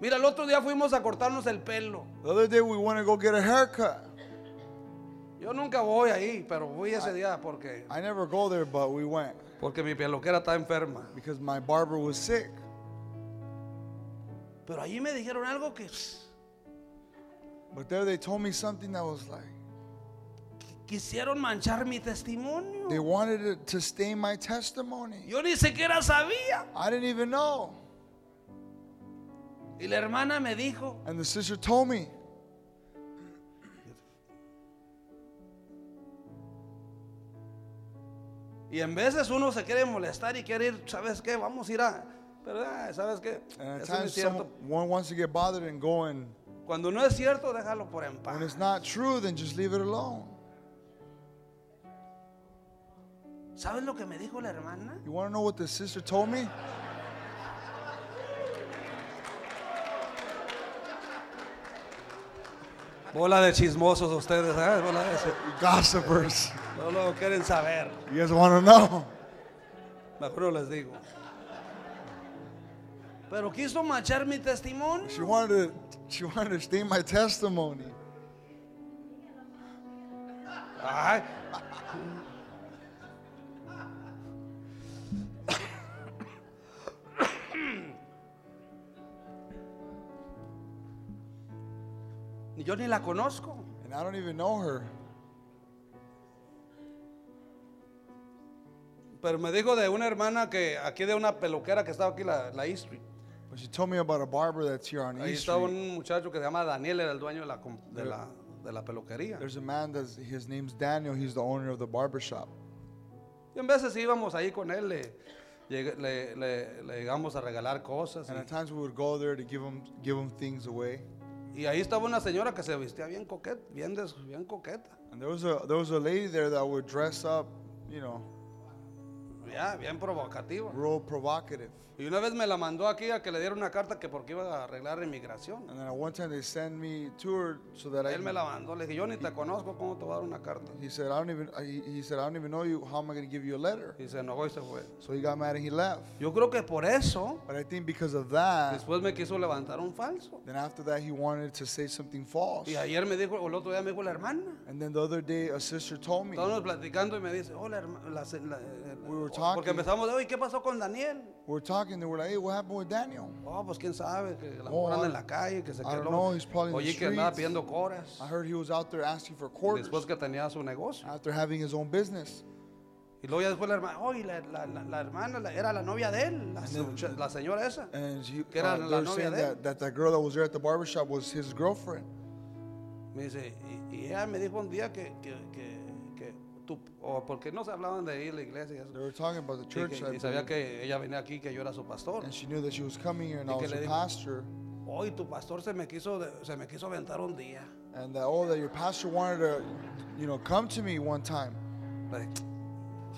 Speaker 1: Mira, el otro día fuimos a cortarnos el pelo.
Speaker 2: The other day, we want to go get a haircut.
Speaker 1: Yo nunca voy ahí, pero voy ese día porque
Speaker 2: I never go there, but we went
Speaker 1: porque mi peluquera está enferma.
Speaker 2: because my barber was sick.
Speaker 1: Pero allí me dijeron algo que pss,
Speaker 2: But there, they told me something that was like,
Speaker 1: quisieron manchar mi testimonio.
Speaker 2: they wanted it to stain my testimony.
Speaker 1: Yo ni siquiera sabía.
Speaker 2: I didn't even know.
Speaker 1: Y la hermana me dijo,
Speaker 2: And the sister told me,
Speaker 1: y en veces uno se quiere molestar y quiere ir, ¿sabes qué? Vamos a ir a... Pero, ah, ¿sabes qué?
Speaker 2: and at
Speaker 1: Eso no es
Speaker 2: times,
Speaker 1: cierto.
Speaker 2: someone wants to get bothered and go and
Speaker 1: Cuando no es cierto, déjalo por en
Speaker 2: When
Speaker 1: paz.
Speaker 2: it's not true, then just leave it alone.
Speaker 3: ¿Sabes lo que me dijo la hermana?
Speaker 2: You want to know what the sister told me?
Speaker 1: Bola de chismosos ustedes, ¿eh? Bola de ese-
Speaker 2: Gossipers.
Speaker 1: No lo quieren saber.
Speaker 2: You guys want to know?
Speaker 1: Mejor no les digo.
Speaker 3: Pero quiso machar mi testimonio.
Speaker 2: She wanted to, she wanted to state my testimony.
Speaker 1: Ay.
Speaker 3: Yo ni la conozco.
Speaker 2: And I don't even know her.
Speaker 1: Pero me dijo de una hermana que aquí de una peluquera que estaba aquí, la, la E Street.
Speaker 2: But she told me about a barber that's here on
Speaker 1: Ahí
Speaker 2: East
Speaker 1: estaba
Speaker 2: Street.
Speaker 1: un muchacho que se llama Daniel, era el dueño de la, com- de la, de la peluquería.
Speaker 2: There's a man that's his name's Daniel. He's the owner of the barber shop.
Speaker 1: Y en veces íbamos ahí con él, le, llegué- le, le- le llegamos a regalar cosas.
Speaker 2: And at times we would go there to give him give him things away.
Speaker 1: Y, y ahí estaba una señora que se vestía bien coqueta, bien, des- bien coqueta.
Speaker 2: And there was a there was a lady there that would dress up, you know,
Speaker 1: Ya, bien provocativa.
Speaker 2: real provocative.
Speaker 1: Y una vez me la mandó aquí a que le diera una carta que porque iba a arreglar inmigración.
Speaker 2: And then at one time they sent me to her so that I
Speaker 1: Él me la mandó, le dije, yo ni te conozco, ¿cómo te voy a dar una carta?
Speaker 2: he said I don't even I- he, he said I don't even know you. How am I going to give you a letter?
Speaker 1: Y se enojó y se fue.
Speaker 2: So he got mad and he left.
Speaker 1: Yo creo que por eso
Speaker 2: But I think because of that,
Speaker 1: después me quiso levantar un falso.
Speaker 2: then after that he wanted to say something false.
Speaker 1: Y ayer me dijo, o el otro día me dijo la hermana.
Speaker 2: And then the other day a sister told me
Speaker 1: Estábamos platicando y me dice, hola, herma- la se- la- eh, oh,
Speaker 2: We were
Speaker 1: porque
Speaker 2: talking.
Speaker 1: empezamos, oye, ¿qué pasó con Daniel?
Speaker 2: we're talking. They were like, "Hey, what happened with Daniel?"
Speaker 1: Oh, pues quién sabe, que la
Speaker 2: Oh,
Speaker 1: mujer anda
Speaker 2: I-
Speaker 1: en la calle, que se
Speaker 2: I don't know, he's probably
Speaker 1: quedó.
Speaker 2: in the
Speaker 1: Oye, que andaba
Speaker 2: streets.
Speaker 1: pidiendo coras.
Speaker 2: I heard he was out there asking for
Speaker 1: y
Speaker 2: quarters
Speaker 1: Después que tenía su negocio.
Speaker 2: after having his own business.
Speaker 1: Y luego ya después la hermana, oye, la, la- la- la hermana la- era la novia de él, la, mucha- la señora esa.
Speaker 2: And he,
Speaker 1: Que era
Speaker 2: uh,
Speaker 1: la
Speaker 2: they were
Speaker 1: novia
Speaker 2: saying
Speaker 1: de él.
Speaker 2: that, that that girl that was there at the barber shop was his girlfriend.
Speaker 1: Me dice, y, y ella me dijo un día que, que, que, que tú, o porque no se hablaban de ir a la iglesia y eso.
Speaker 2: They were talking about the
Speaker 1: Y,
Speaker 2: church. Eh.
Speaker 1: que-
Speaker 2: I
Speaker 1: y sabía
Speaker 2: believe.
Speaker 1: que ella venía aquí, que yo era su pastor.
Speaker 2: And she knew that she was coming here and
Speaker 1: Y
Speaker 2: I
Speaker 1: que
Speaker 2: was
Speaker 1: le
Speaker 2: her
Speaker 1: dijo-
Speaker 2: pastor.
Speaker 1: Hoy tu pastor se me quiso, de- se me quiso aventar un día.
Speaker 2: And that, oh, that your pastor wanted to, you know, come to me one time.
Speaker 1: Le dije,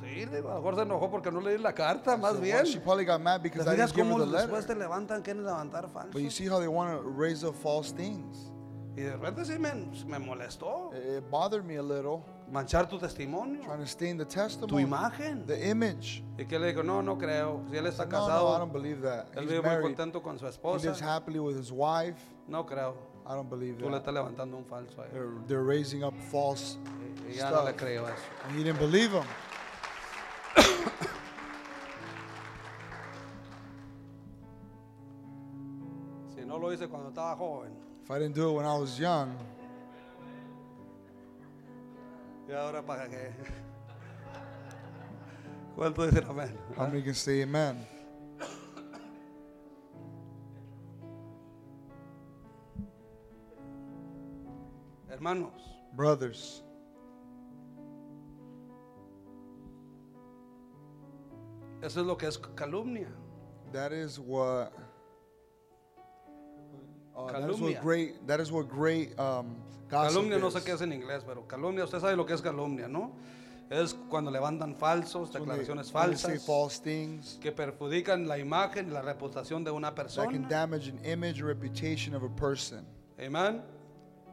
Speaker 1: Sí, le digo, a lo mejor se enojó porque no leí la carta, más
Speaker 2: So, well,
Speaker 1: bien.
Speaker 2: She probably got mad
Speaker 1: ¿Te
Speaker 2: because I
Speaker 1: fijas
Speaker 2: didn't give her
Speaker 1: cómo
Speaker 2: the
Speaker 1: después te
Speaker 2: letter.
Speaker 1: levantan, quieren levantar
Speaker 2: But you
Speaker 1: falsos?
Speaker 2: see how they want to raise up false things.
Speaker 1: Y de repente sí me, me molestó.
Speaker 2: It, it bothered me a little,
Speaker 1: Manchar tu testimonio,
Speaker 2: trying to stain the
Speaker 1: tu
Speaker 2: testimony,
Speaker 1: imagen.
Speaker 2: the image.
Speaker 1: Y que le digo, no, no creo. Si él está
Speaker 2: No, no, I
Speaker 1: casado,
Speaker 2: don't believe that.
Speaker 1: él
Speaker 2: He's
Speaker 1: vive muy
Speaker 2: married.
Speaker 1: contento con su
Speaker 2: He lives
Speaker 1: esposa.
Speaker 2: happily with his wife.
Speaker 1: No creo.
Speaker 2: I don't believe
Speaker 1: Tú le
Speaker 2: that.
Speaker 1: estás levantando un falso a él.
Speaker 2: They're, they're raising up false
Speaker 1: Y ya no
Speaker 2: stuff.
Speaker 1: le creo eso.
Speaker 2: And he didn't believe him.
Speaker 1: Si no lo hice cuando estaba joven.
Speaker 2: If I didn't do it when I was young,
Speaker 1: Y ahora para qué. ¿Cuánto dicen amén?
Speaker 2: how many can say amen?
Speaker 1: Hermanos,
Speaker 2: Brothers,
Speaker 1: eso es lo que es calumnia.
Speaker 2: that is what. Uh, that is
Speaker 1: Calumnia.
Speaker 2: what great. That is what great um, gossip
Speaker 1: Calumnia no
Speaker 2: is.
Speaker 1: sé qué es en inglés, pero calumnia, usted sabe lo que es calumnia, ¿no? Es cuando levantan falsos,
Speaker 2: When they-
Speaker 1: declaraciones
Speaker 2: when they say
Speaker 1: falsas
Speaker 2: false things
Speaker 1: que perjudican la imagen y la reputación de una
Speaker 2: that can
Speaker 1: persona.
Speaker 2: damage an image or reputation of a person.
Speaker 1: Amén.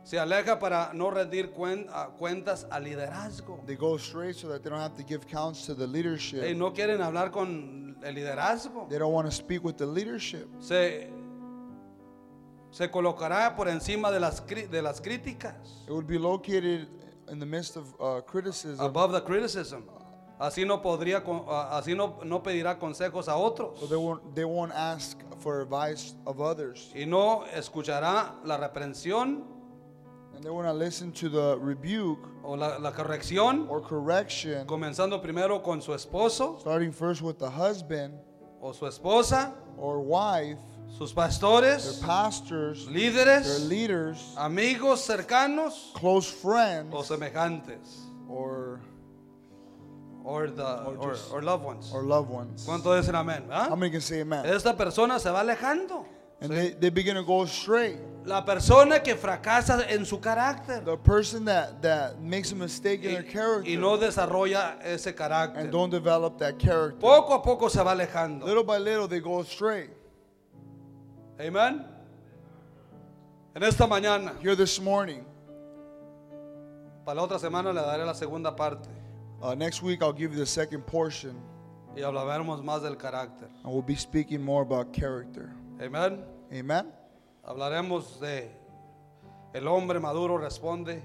Speaker 1: Se aleja para no rendir cuen- ah, cuentas al liderazgo.
Speaker 2: They go straight so that they don't have to give counts to the leadership.
Speaker 1: Ey, no quieren hablar con el liderazgo.
Speaker 2: They don't want to speak with the leadership.
Speaker 1: Se, se colocará por encima de las, cri- de las críticas.
Speaker 2: It would be located in the midst of uh, criticism,
Speaker 1: Above the criticism. Así no podría, con- ah, así no, no pedirá consejos a otros.
Speaker 2: so they won't they won't ask for advice of others,
Speaker 1: y no escuchará la reprensión
Speaker 2: and they will not listen to the rebuke
Speaker 1: o la, la corrección,
Speaker 2: or correction.
Speaker 1: comenzando primero con su esposo
Speaker 2: Starting first with the husband
Speaker 1: o su esposa,
Speaker 2: or wife,
Speaker 1: sus
Speaker 2: their
Speaker 1: pastores,
Speaker 2: pastors, their
Speaker 1: líderes,
Speaker 2: leaders,
Speaker 1: amigos cercanos
Speaker 2: close
Speaker 1: o
Speaker 2: friends,
Speaker 1: semejantes,
Speaker 2: or
Speaker 1: or, the, or,
Speaker 2: just-
Speaker 1: or loved ones.
Speaker 2: or loved ones.
Speaker 1: ¿Cuánto dicen amén? verdad?
Speaker 2: How many can say amen?
Speaker 1: Esta persona se va alejando.
Speaker 2: and they, they begin to go astray.
Speaker 3: La persona que fracasa en su carácter
Speaker 2: The person that, that makes a mistake in their
Speaker 1: y, y
Speaker 2: character
Speaker 1: no desarrolla ese
Speaker 2: and
Speaker 1: carácter.
Speaker 2: don't develop that character,
Speaker 1: Poco a poco se va alejando.
Speaker 2: little by little they go astray.
Speaker 1: Amén. En esta mañana,
Speaker 2: Here this morning,
Speaker 1: para la otra semana le daré la segunda parte
Speaker 2: uh, next week I'll give you the second portion
Speaker 1: y hablaremos más del carácter.
Speaker 2: and we'll be speaking more about character.
Speaker 1: Amén.
Speaker 2: Amen?
Speaker 1: Hablaremos de el hombre maduro responde,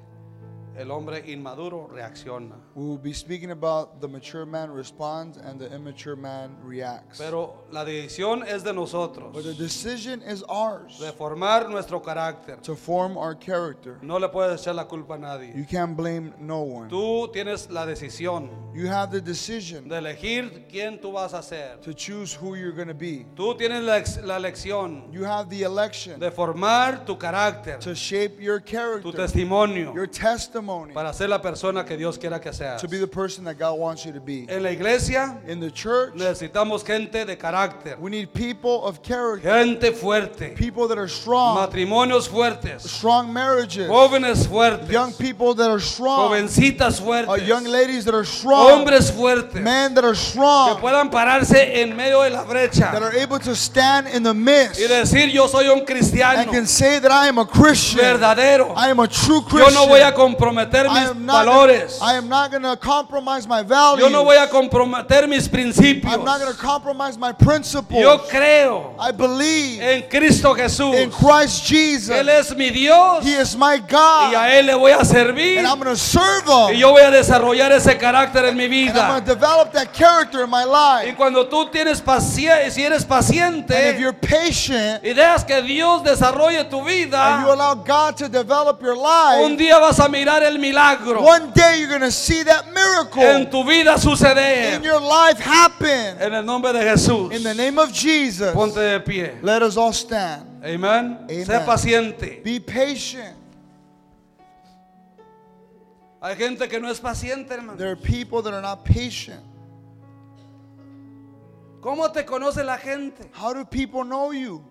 Speaker 1: el hombre inmaduro reacciona.
Speaker 2: We will be speaking about the mature man responds and the immature man reacts.
Speaker 1: Pero la decisión es de
Speaker 2: But the
Speaker 1: nosotros,
Speaker 2: decision is ours
Speaker 1: de formar nuestro carácter.
Speaker 2: to form our character.
Speaker 1: No le puedes echar la culpa a
Speaker 2: You
Speaker 1: nadie.
Speaker 2: can't blame no one.
Speaker 1: Tú tienes la decisión
Speaker 2: You have the decision
Speaker 1: de elegir quién tú vas a ser.
Speaker 2: to choose who you're going to be.
Speaker 1: Tú tienes la, ex- la elección
Speaker 2: You have the election
Speaker 1: de formar tu carácter,
Speaker 2: to shape your
Speaker 1: tu
Speaker 2: character,
Speaker 1: testimonio,
Speaker 2: your testimony,
Speaker 1: para ser la persona que Dios quiera que seas.
Speaker 2: to be the person that God wants you to be.
Speaker 1: En la iglesia
Speaker 2: In the church,
Speaker 1: necesitamos gente de carácter,
Speaker 2: we need people of character,
Speaker 1: gente fuerte,
Speaker 2: people that are strong,
Speaker 1: matrimonios fuertes,
Speaker 2: strong marriages,
Speaker 1: jóvenes fuertes,
Speaker 2: young people that are strong,
Speaker 1: jovencitas
Speaker 2: uh, young
Speaker 1: fuertes,
Speaker 2: ladies that are strong,
Speaker 1: hombres fuertes,
Speaker 2: men that are
Speaker 1: que
Speaker 2: strong,
Speaker 1: puedan pararse en medio de la brecha
Speaker 2: that are able to stand in the midst
Speaker 1: y decir yo soy un
Speaker 2: and
Speaker 1: cristiano
Speaker 2: can say that I am a Christian.
Speaker 1: verdadero.
Speaker 2: I am a true
Speaker 1: Yo
Speaker 2: Christian.
Speaker 1: no voy a comprometer
Speaker 2: I
Speaker 1: mis
Speaker 2: am not
Speaker 1: valores.
Speaker 2: Gonna, I am not going to compromise my values.
Speaker 1: Yo no voy a comprometer mis principios.
Speaker 2: I'm not going to compromise my principles.
Speaker 1: Yo creo
Speaker 2: I believe
Speaker 1: en Cristo Jesús.
Speaker 2: in Christ Jesus.
Speaker 1: Él es mi Dios
Speaker 2: He is my
Speaker 1: y
Speaker 2: God.
Speaker 1: a Él le voy a servir.
Speaker 2: And I'm going to serve Him.
Speaker 1: Y yo voy a desarrollar ese carácter en mi
Speaker 2: and I'm
Speaker 1: vida.
Speaker 2: going to develop that character in
Speaker 1: Y
Speaker 2: my life.
Speaker 1: cuando tú tienes paciencia, si eres
Speaker 2: And if you're
Speaker 1: paciente
Speaker 2: patient
Speaker 1: y dejas que Dios desarrolle tu
Speaker 2: and you
Speaker 1: vida,
Speaker 2: allow God to develop your
Speaker 1: un
Speaker 2: life,
Speaker 1: día vas a mirar el milagro
Speaker 2: one day you're going to see that miracle
Speaker 1: en tu vida
Speaker 2: in
Speaker 1: suceder.
Speaker 2: your life happen.
Speaker 1: En el nombre de Jesús,
Speaker 2: In the name of Jesus,
Speaker 1: ponte de pie.
Speaker 2: let us all stand.
Speaker 1: Amén.
Speaker 2: Amen.
Speaker 1: Sé paciente.
Speaker 2: Be patient.
Speaker 1: Hay gente que no es paciente, hermano.
Speaker 2: There are people that are not patient.
Speaker 1: ¿Cómo te conoce la gente?
Speaker 2: How do people know you?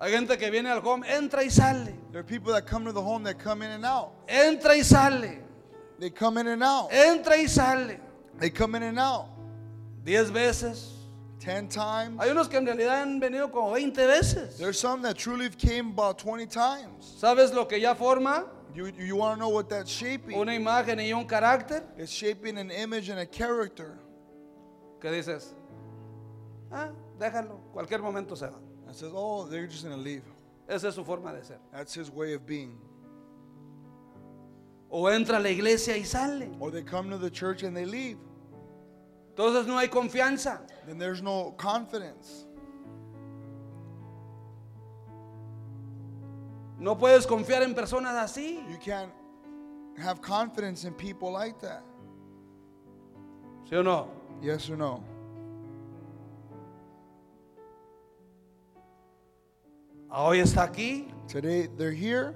Speaker 1: Hay gente que viene al home, entra y sale,
Speaker 2: There are people that come to the home that come in and out.
Speaker 1: entra y sale,
Speaker 2: They come in and out.
Speaker 1: entra y sale.
Speaker 2: They come in and out.
Speaker 1: Diez veces.
Speaker 2: Ten times.
Speaker 1: Hay unos que en realidad han venido como 20 veces.
Speaker 2: There's some that truly came about 20 times.
Speaker 1: ¿Sabes lo que ya forma?
Speaker 2: You, you want to know what that's shaping?
Speaker 1: Una imagen y un carácter
Speaker 2: It's shaping an image and a character.
Speaker 1: que dices, ah, déjalo, cualquier momento se va.
Speaker 2: That says, oh, they're just going to leave.
Speaker 1: Esa es su forma de ser.
Speaker 2: That's his way of being.
Speaker 1: O entra a la iglesia y sale.
Speaker 2: Or they come to the church and they leave.
Speaker 1: Entonces no hay confianza.
Speaker 2: Then there's no confidence.
Speaker 1: No puedes confiar en personas así.
Speaker 2: You can't have confidence in people like that.
Speaker 1: ¿Sí o no?
Speaker 2: Yes or no?
Speaker 1: Ah, Hoy está aquí,
Speaker 2: Today they're here,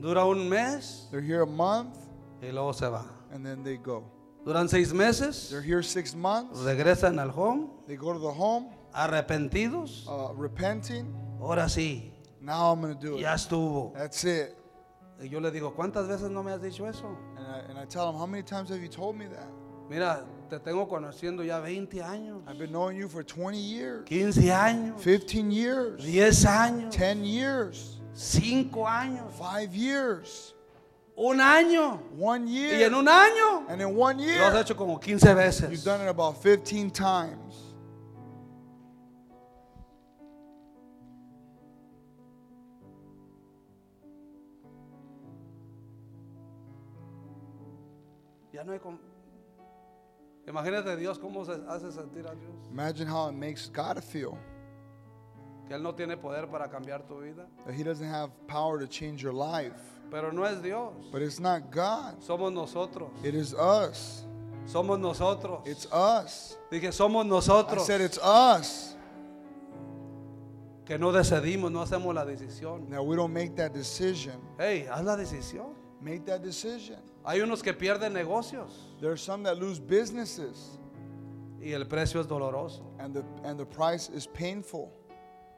Speaker 1: dura un mes
Speaker 2: they're here a month,
Speaker 1: y luego se va.
Speaker 2: and then they go.
Speaker 1: Duran seis meses,
Speaker 2: They're here six months,
Speaker 1: regresan al home,
Speaker 2: they go to the home,
Speaker 1: arrepentidos.
Speaker 2: uh, repenting.
Speaker 1: Ahora sí,
Speaker 2: Now I'm going to do it.
Speaker 1: ya estuvo.
Speaker 2: That's it.
Speaker 1: Y yo le digo, ¿cuántas veces no me has dicho eso?
Speaker 2: And I, and I tell them, how many times have you told me that?
Speaker 1: Mira, te tengo conociendo ya 20 años,
Speaker 2: I've been knowing you for 20 years,
Speaker 1: 15 años,
Speaker 2: 15 years,
Speaker 1: 10 años,
Speaker 2: 10 years,
Speaker 1: 5 años,
Speaker 2: 5 years,
Speaker 1: un año.
Speaker 2: 1
Speaker 1: Y en
Speaker 2: year.
Speaker 1: un año
Speaker 2: And in 1
Speaker 1: lo has
Speaker 2: year,
Speaker 1: hecho como 15
Speaker 2: you've
Speaker 1: veces.
Speaker 2: done it about 15 times.
Speaker 1: Ya no hay con- Imagínate Dios cómo se hace sentir a Dios.
Speaker 2: Imagine how it makes God feel
Speaker 1: Que Él no tiene poder para cambiar tu vida.
Speaker 2: that He doesn't have power to change your life.
Speaker 1: Pero no es Dios.
Speaker 2: But it's not God,
Speaker 1: Somos nosotros.
Speaker 2: it is us.
Speaker 1: Somos nosotros.
Speaker 2: It's us.
Speaker 1: Dije, somos
Speaker 2: I
Speaker 1: nosotros.
Speaker 2: said, It's us.
Speaker 1: Que no decidimos, no hacemos la decisión.
Speaker 2: Now we don't make that decision.
Speaker 1: Hey, haz la decisión.
Speaker 2: Make that decision.
Speaker 1: Hay unos que pierden negocios
Speaker 2: There are some that lose businesses,
Speaker 1: y el precio es doloroso.
Speaker 2: and the, and the price is painful.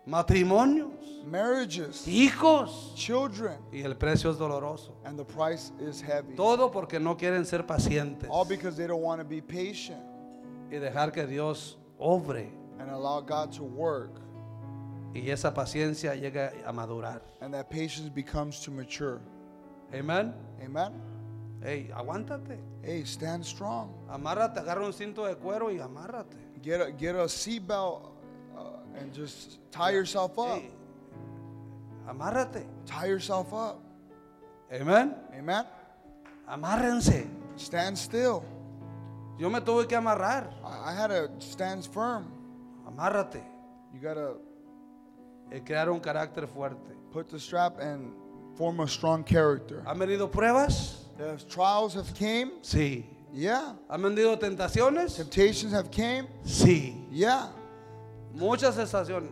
Speaker 3: matrimonios,
Speaker 2: marriages,
Speaker 3: hijos.
Speaker 2: children,
Speaker 1: Y el precio es doloroso.
Speaker 2: and the price is heavy.
Speaker 1: Todo porque no quieren ser pacientes
Speaker 2: All because they don't want to be patient
Speaker 1: y dejar que Dios obre
Speaker 2: and allow God to work,
Speaker 1: y esa paciencia llega a madurar.
Speaker 2: and that patience becomes to mature.
Speaker 1: Amén.
Speaker 2: Amen.
Speaker 1: Hey, aguántate.
Speaker 2: Hey, stand strong.
Speaker 1: Amárrate, agarra un cinto de cuero y amárrate.
Speaker 2: Get a get a seatbelt uh, and just tie yourself up.
Speaker 1: Hey, amárrate.
Speaker 2: Tie yourself up.
Speaker 1: Amén.
Speaker 2: Amen.
Speaker 1: Amárrense.
Speaker 2: Stand still.
Speaker 1: Yo me tuve que amarrar.
Speaker 2: I, I had to stand firm.
Speaker 1: Amárrate.
Speaker 2: You gotta
Speaker 1: Y crear un carácter fuerte.
Speaker 2: put the strap and form a strong character.
Speaker 1: ¿Han venido pruebas?
Speaker 2: If trials have came,
Speaker 1: Sí.
Speaker 2: yeah.
Speaker 1: ¿Han venido tentaciones?
Speaker 2: Temptations have came,
Speaker 1: Sí.
Speaker 2: yeah.
Speaker 1: Muchas estaciones.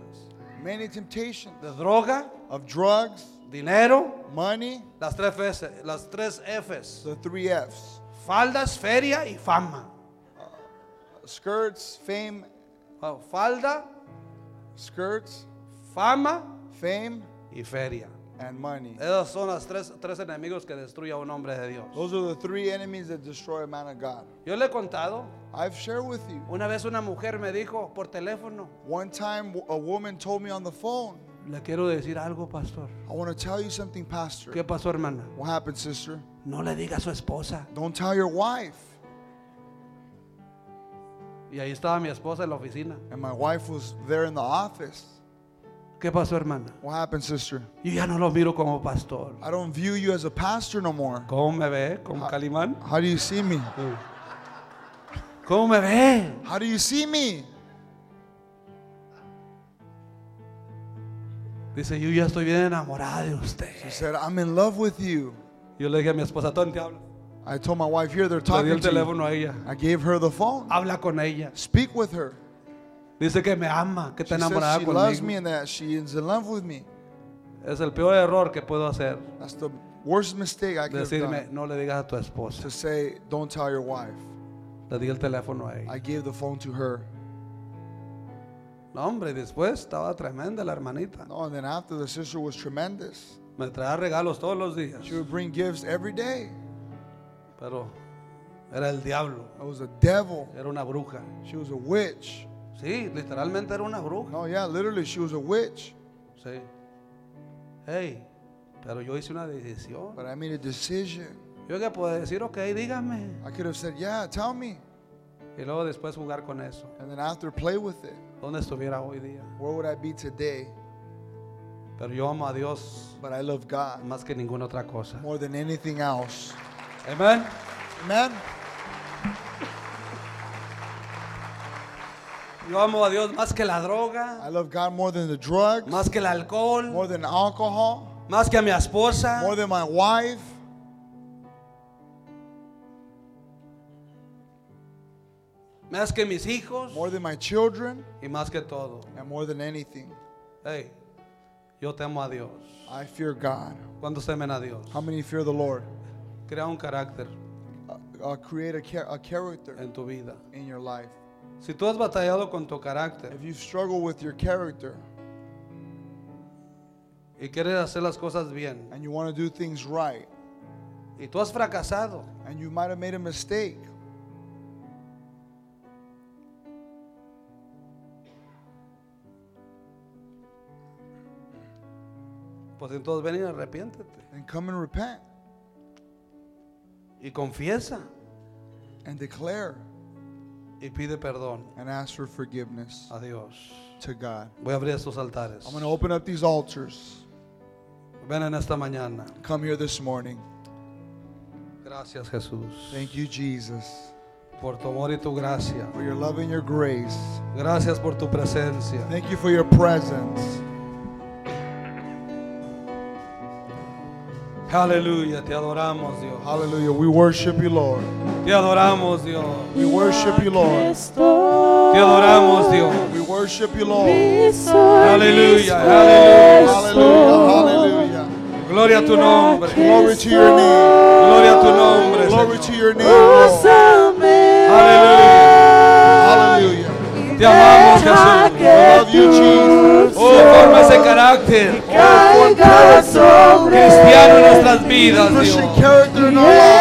Speaker 2: Many temptations
Speaker 1: De droga,
Speaker 2: of drugs,
Speaker 1: dinero,
Speaker 2: money,
Speaker 1: las tres Fs, las tres Fs.
Speaker 2: the three F's:
Speaker 1: Faldas, feria y fama.
Speaker 2: skirts, fame,
Speaker 1: Ah, Falda,
Speaker 2: skirts,
Speaker 1: fama
Speaker 2: fame,
Speaker 1: y feria.
Speaker 2: and money.
Speaker 1: Esos son los tres, tres enemigos que destruye a un hombre de Dios.
Speaker 2: Those are the three enemies that destroy a man of God.
Speaker 1: Yo le he contado,
Speaker 2: I've shared with you.
Speaker 1: una vez una mujer me dijo por teléfono,
Speaker 2: One time, w- a woman told me on the phone,
Speaker 1: le quiero decir algo, pastor.
Speaker 2: "I want to tell you something, Pastor."
Speaker 1: ¿Qué pasó, hermana?
Speaker 2: What happened, sister?
Speaker 1: No le diga a su esposa.
Speaker 2: Don't tell your wife.
Speaker 1: Y ahí estaba mi esposa en la oficina.
Speaker 2: And my wife was there in the office.
Speaker 1: ¿Qué pasó, hermana?
Speaker 2: What happened, sister?
Speaker 1: Yo ya no lo miro como pastor.
Speaker 2: I don't view you as a pastor no more.
Speaker 1: ¿Cómo me ve? ¿Como Calimán?
Speaker 2: How do you see me?
Speaker 1: ¿Cómo me ve?
Speaker 2: How do you see me?
Speaker 1: Dice, yo ya estoy bien enamorada de usted.
Speaker 2: She said, I'm in love with you.
Speaker 1: Yo le dije a mi esposa, Tony, te habla.
Speaker 2: I told my wife here, they're
Speaker 1: Le di
Speaker 2: talking
Speaker 1: el
Speaker 2: to you.
Speaker 1: teléfono a ella.
Speaker 2: I gave her the phone.
Speaker 1: Habla con ella.
Speaker 2: Speak with her.
Speaker 1: Dice que me ama, que está
Speaker 2: She says
Speaker 1: enamorada
Speaker 2: she loves me
Speaker 1: conmigo.
Speaker 2: and that she is in love with me.
Speaker 1: Es el peor error que puedo hacer.
Speaker 2: That's the worst mistake I could have
Speaker 1: Decirme,
Speaker 2: done.
Speaker 1: no le digas a tu esposa.
Speaker 2: To say, don't tell your wife.
Speaker 1: Le di el teléfono a ella.
Speaker 2: I gave the phone to her.
Speaker 1: No, hombre, y después estaba tremenda la hermanita.
Speaker 2: No, Oh, and then after, the sister was tremendous.
Speaker 1: Me traía regalos todos los días.
Speaker 2: She would bring gifts every day.
Speaker 1: Pero era el diablo.
Speaker 2: It was a devil.
Speaker 1: Era una bruja.
Speaker 2: She was a witch.
Speaker 1: Sí, literalmente era una bruja.
Speaker 2: No, yeah, literally, she was a witch.
Speaker 1: Sí. Hey, pero yo hice una decisión.
Speaker 2: But I made a decision.
Speaker 1: Yo que puedo decir, ok, dígame.
Speaker 2: I could have said, yeah, tell me.
Speaker 1: Y luego después jugar con eso.
Speaker 2: And then after, play with it.
Speaker 1: Donde estuviera hoy día.
Speaker 2: Where would I be today?
Speaker 1: Pero yo amo a Dios
Speaker 2: But I love God
Speaker 1: más que ninguna otra cosa.
Speaker 2: more than anything else.
Speaker 1: Amén.
Speaker 2: Amen.
Speaker 1: Yo amo a Dios más que la droga,
Speaker 2: I love God more than the drugs,
Speaker 1: más que el alcohol,
Speaker 2: more than alcohol,
Speaker 1: más que a mi esposa.
Speaker 2: more than my wife.
Speaker 1: más que mis hijos
Speaker 2: more than my children,
Speaker 1: y más que todo.
Speaker 2: and more than anything,
Speaker 1: Hey, yo temo a Dios.
Speaker 2: I fear God.
Speaker 1: ¿Cuántos temen a Dios?
Speaker 2: How many fear the Lord?
Speaker 1: Crea un carácter
Speaker 2: Uh, uh, create a, char- a character
Speaker 1: en tu vida.
Speaker 2: in your life.
Speaker 1: Si tú has batallado con tu carácter
Speaker 2: If you struggle with your character
Speaker 1: y quieres hacer las cosas bien
Speaker 2: and you want to do things right,
Speaker 1: y tú has fracasado,
Speaker 2: and you might have made a mistake,
Speaker 1: pues entonces ven y arrepiéntete
Speaker 2: then come and repent
Speaker 1: y confiesa
Speaker 2: and declare
Speaker 1: y pide perdón
Speaker 2: and ask for forgiveness
Speaker 1: a Dios.
Speaker 2: to God.
Speaker 1: Voy a abrir estos altares.
Speaker 2: I'm going to open up these altars.
Speaker 1: Ven en esta mañana.
Speaker 2: Come here this morning.
Speaker 1: Gracias Jesús
Speaker 2: Thank you, Jesus,
Speaker 1: por tu amor y tu gracia.
Speaker 2: for your love and your grace.
Speaker 1: Gracias por tu presencia.
Speaker 2: Thank you for your presence.
Speaker 1: Aleluya, te adoramos Dios.
Speaker 2: Hallelujah. We worship you, Lord.
Speaker 1: Te adoramos, Dios.
Speaker 2: We worship you, Lord.
Speaker 1: Te adoramos, Dios.
Speaker 2: We worship you, Lord.
Speaker 1: Aleluya, aleluya.
Speaker 2: Hallelujah. Hallelujah.
Speaker 1: Gloria a tu nombre.
Speaker 2: Glory to your name.
Speaker 1: Gloria a tu nombre.
Speaker 2: Glory
Speaker 1: Señor.
Speaker 2: to your name, Lord.
Speaker 1: Aleluya.
Speaker 2: Hallelujah.
Speaker 1: Te amamos, Jesús.
Speaker 2: Love you, Jesus.
Speaker 1: Oh, con
Speaker 4: carácter
Speaker 5: Caiga sobre
Speaker 4: cristiano en nuestras vidas, Dios.
Speaker 1: Christian character in our lives.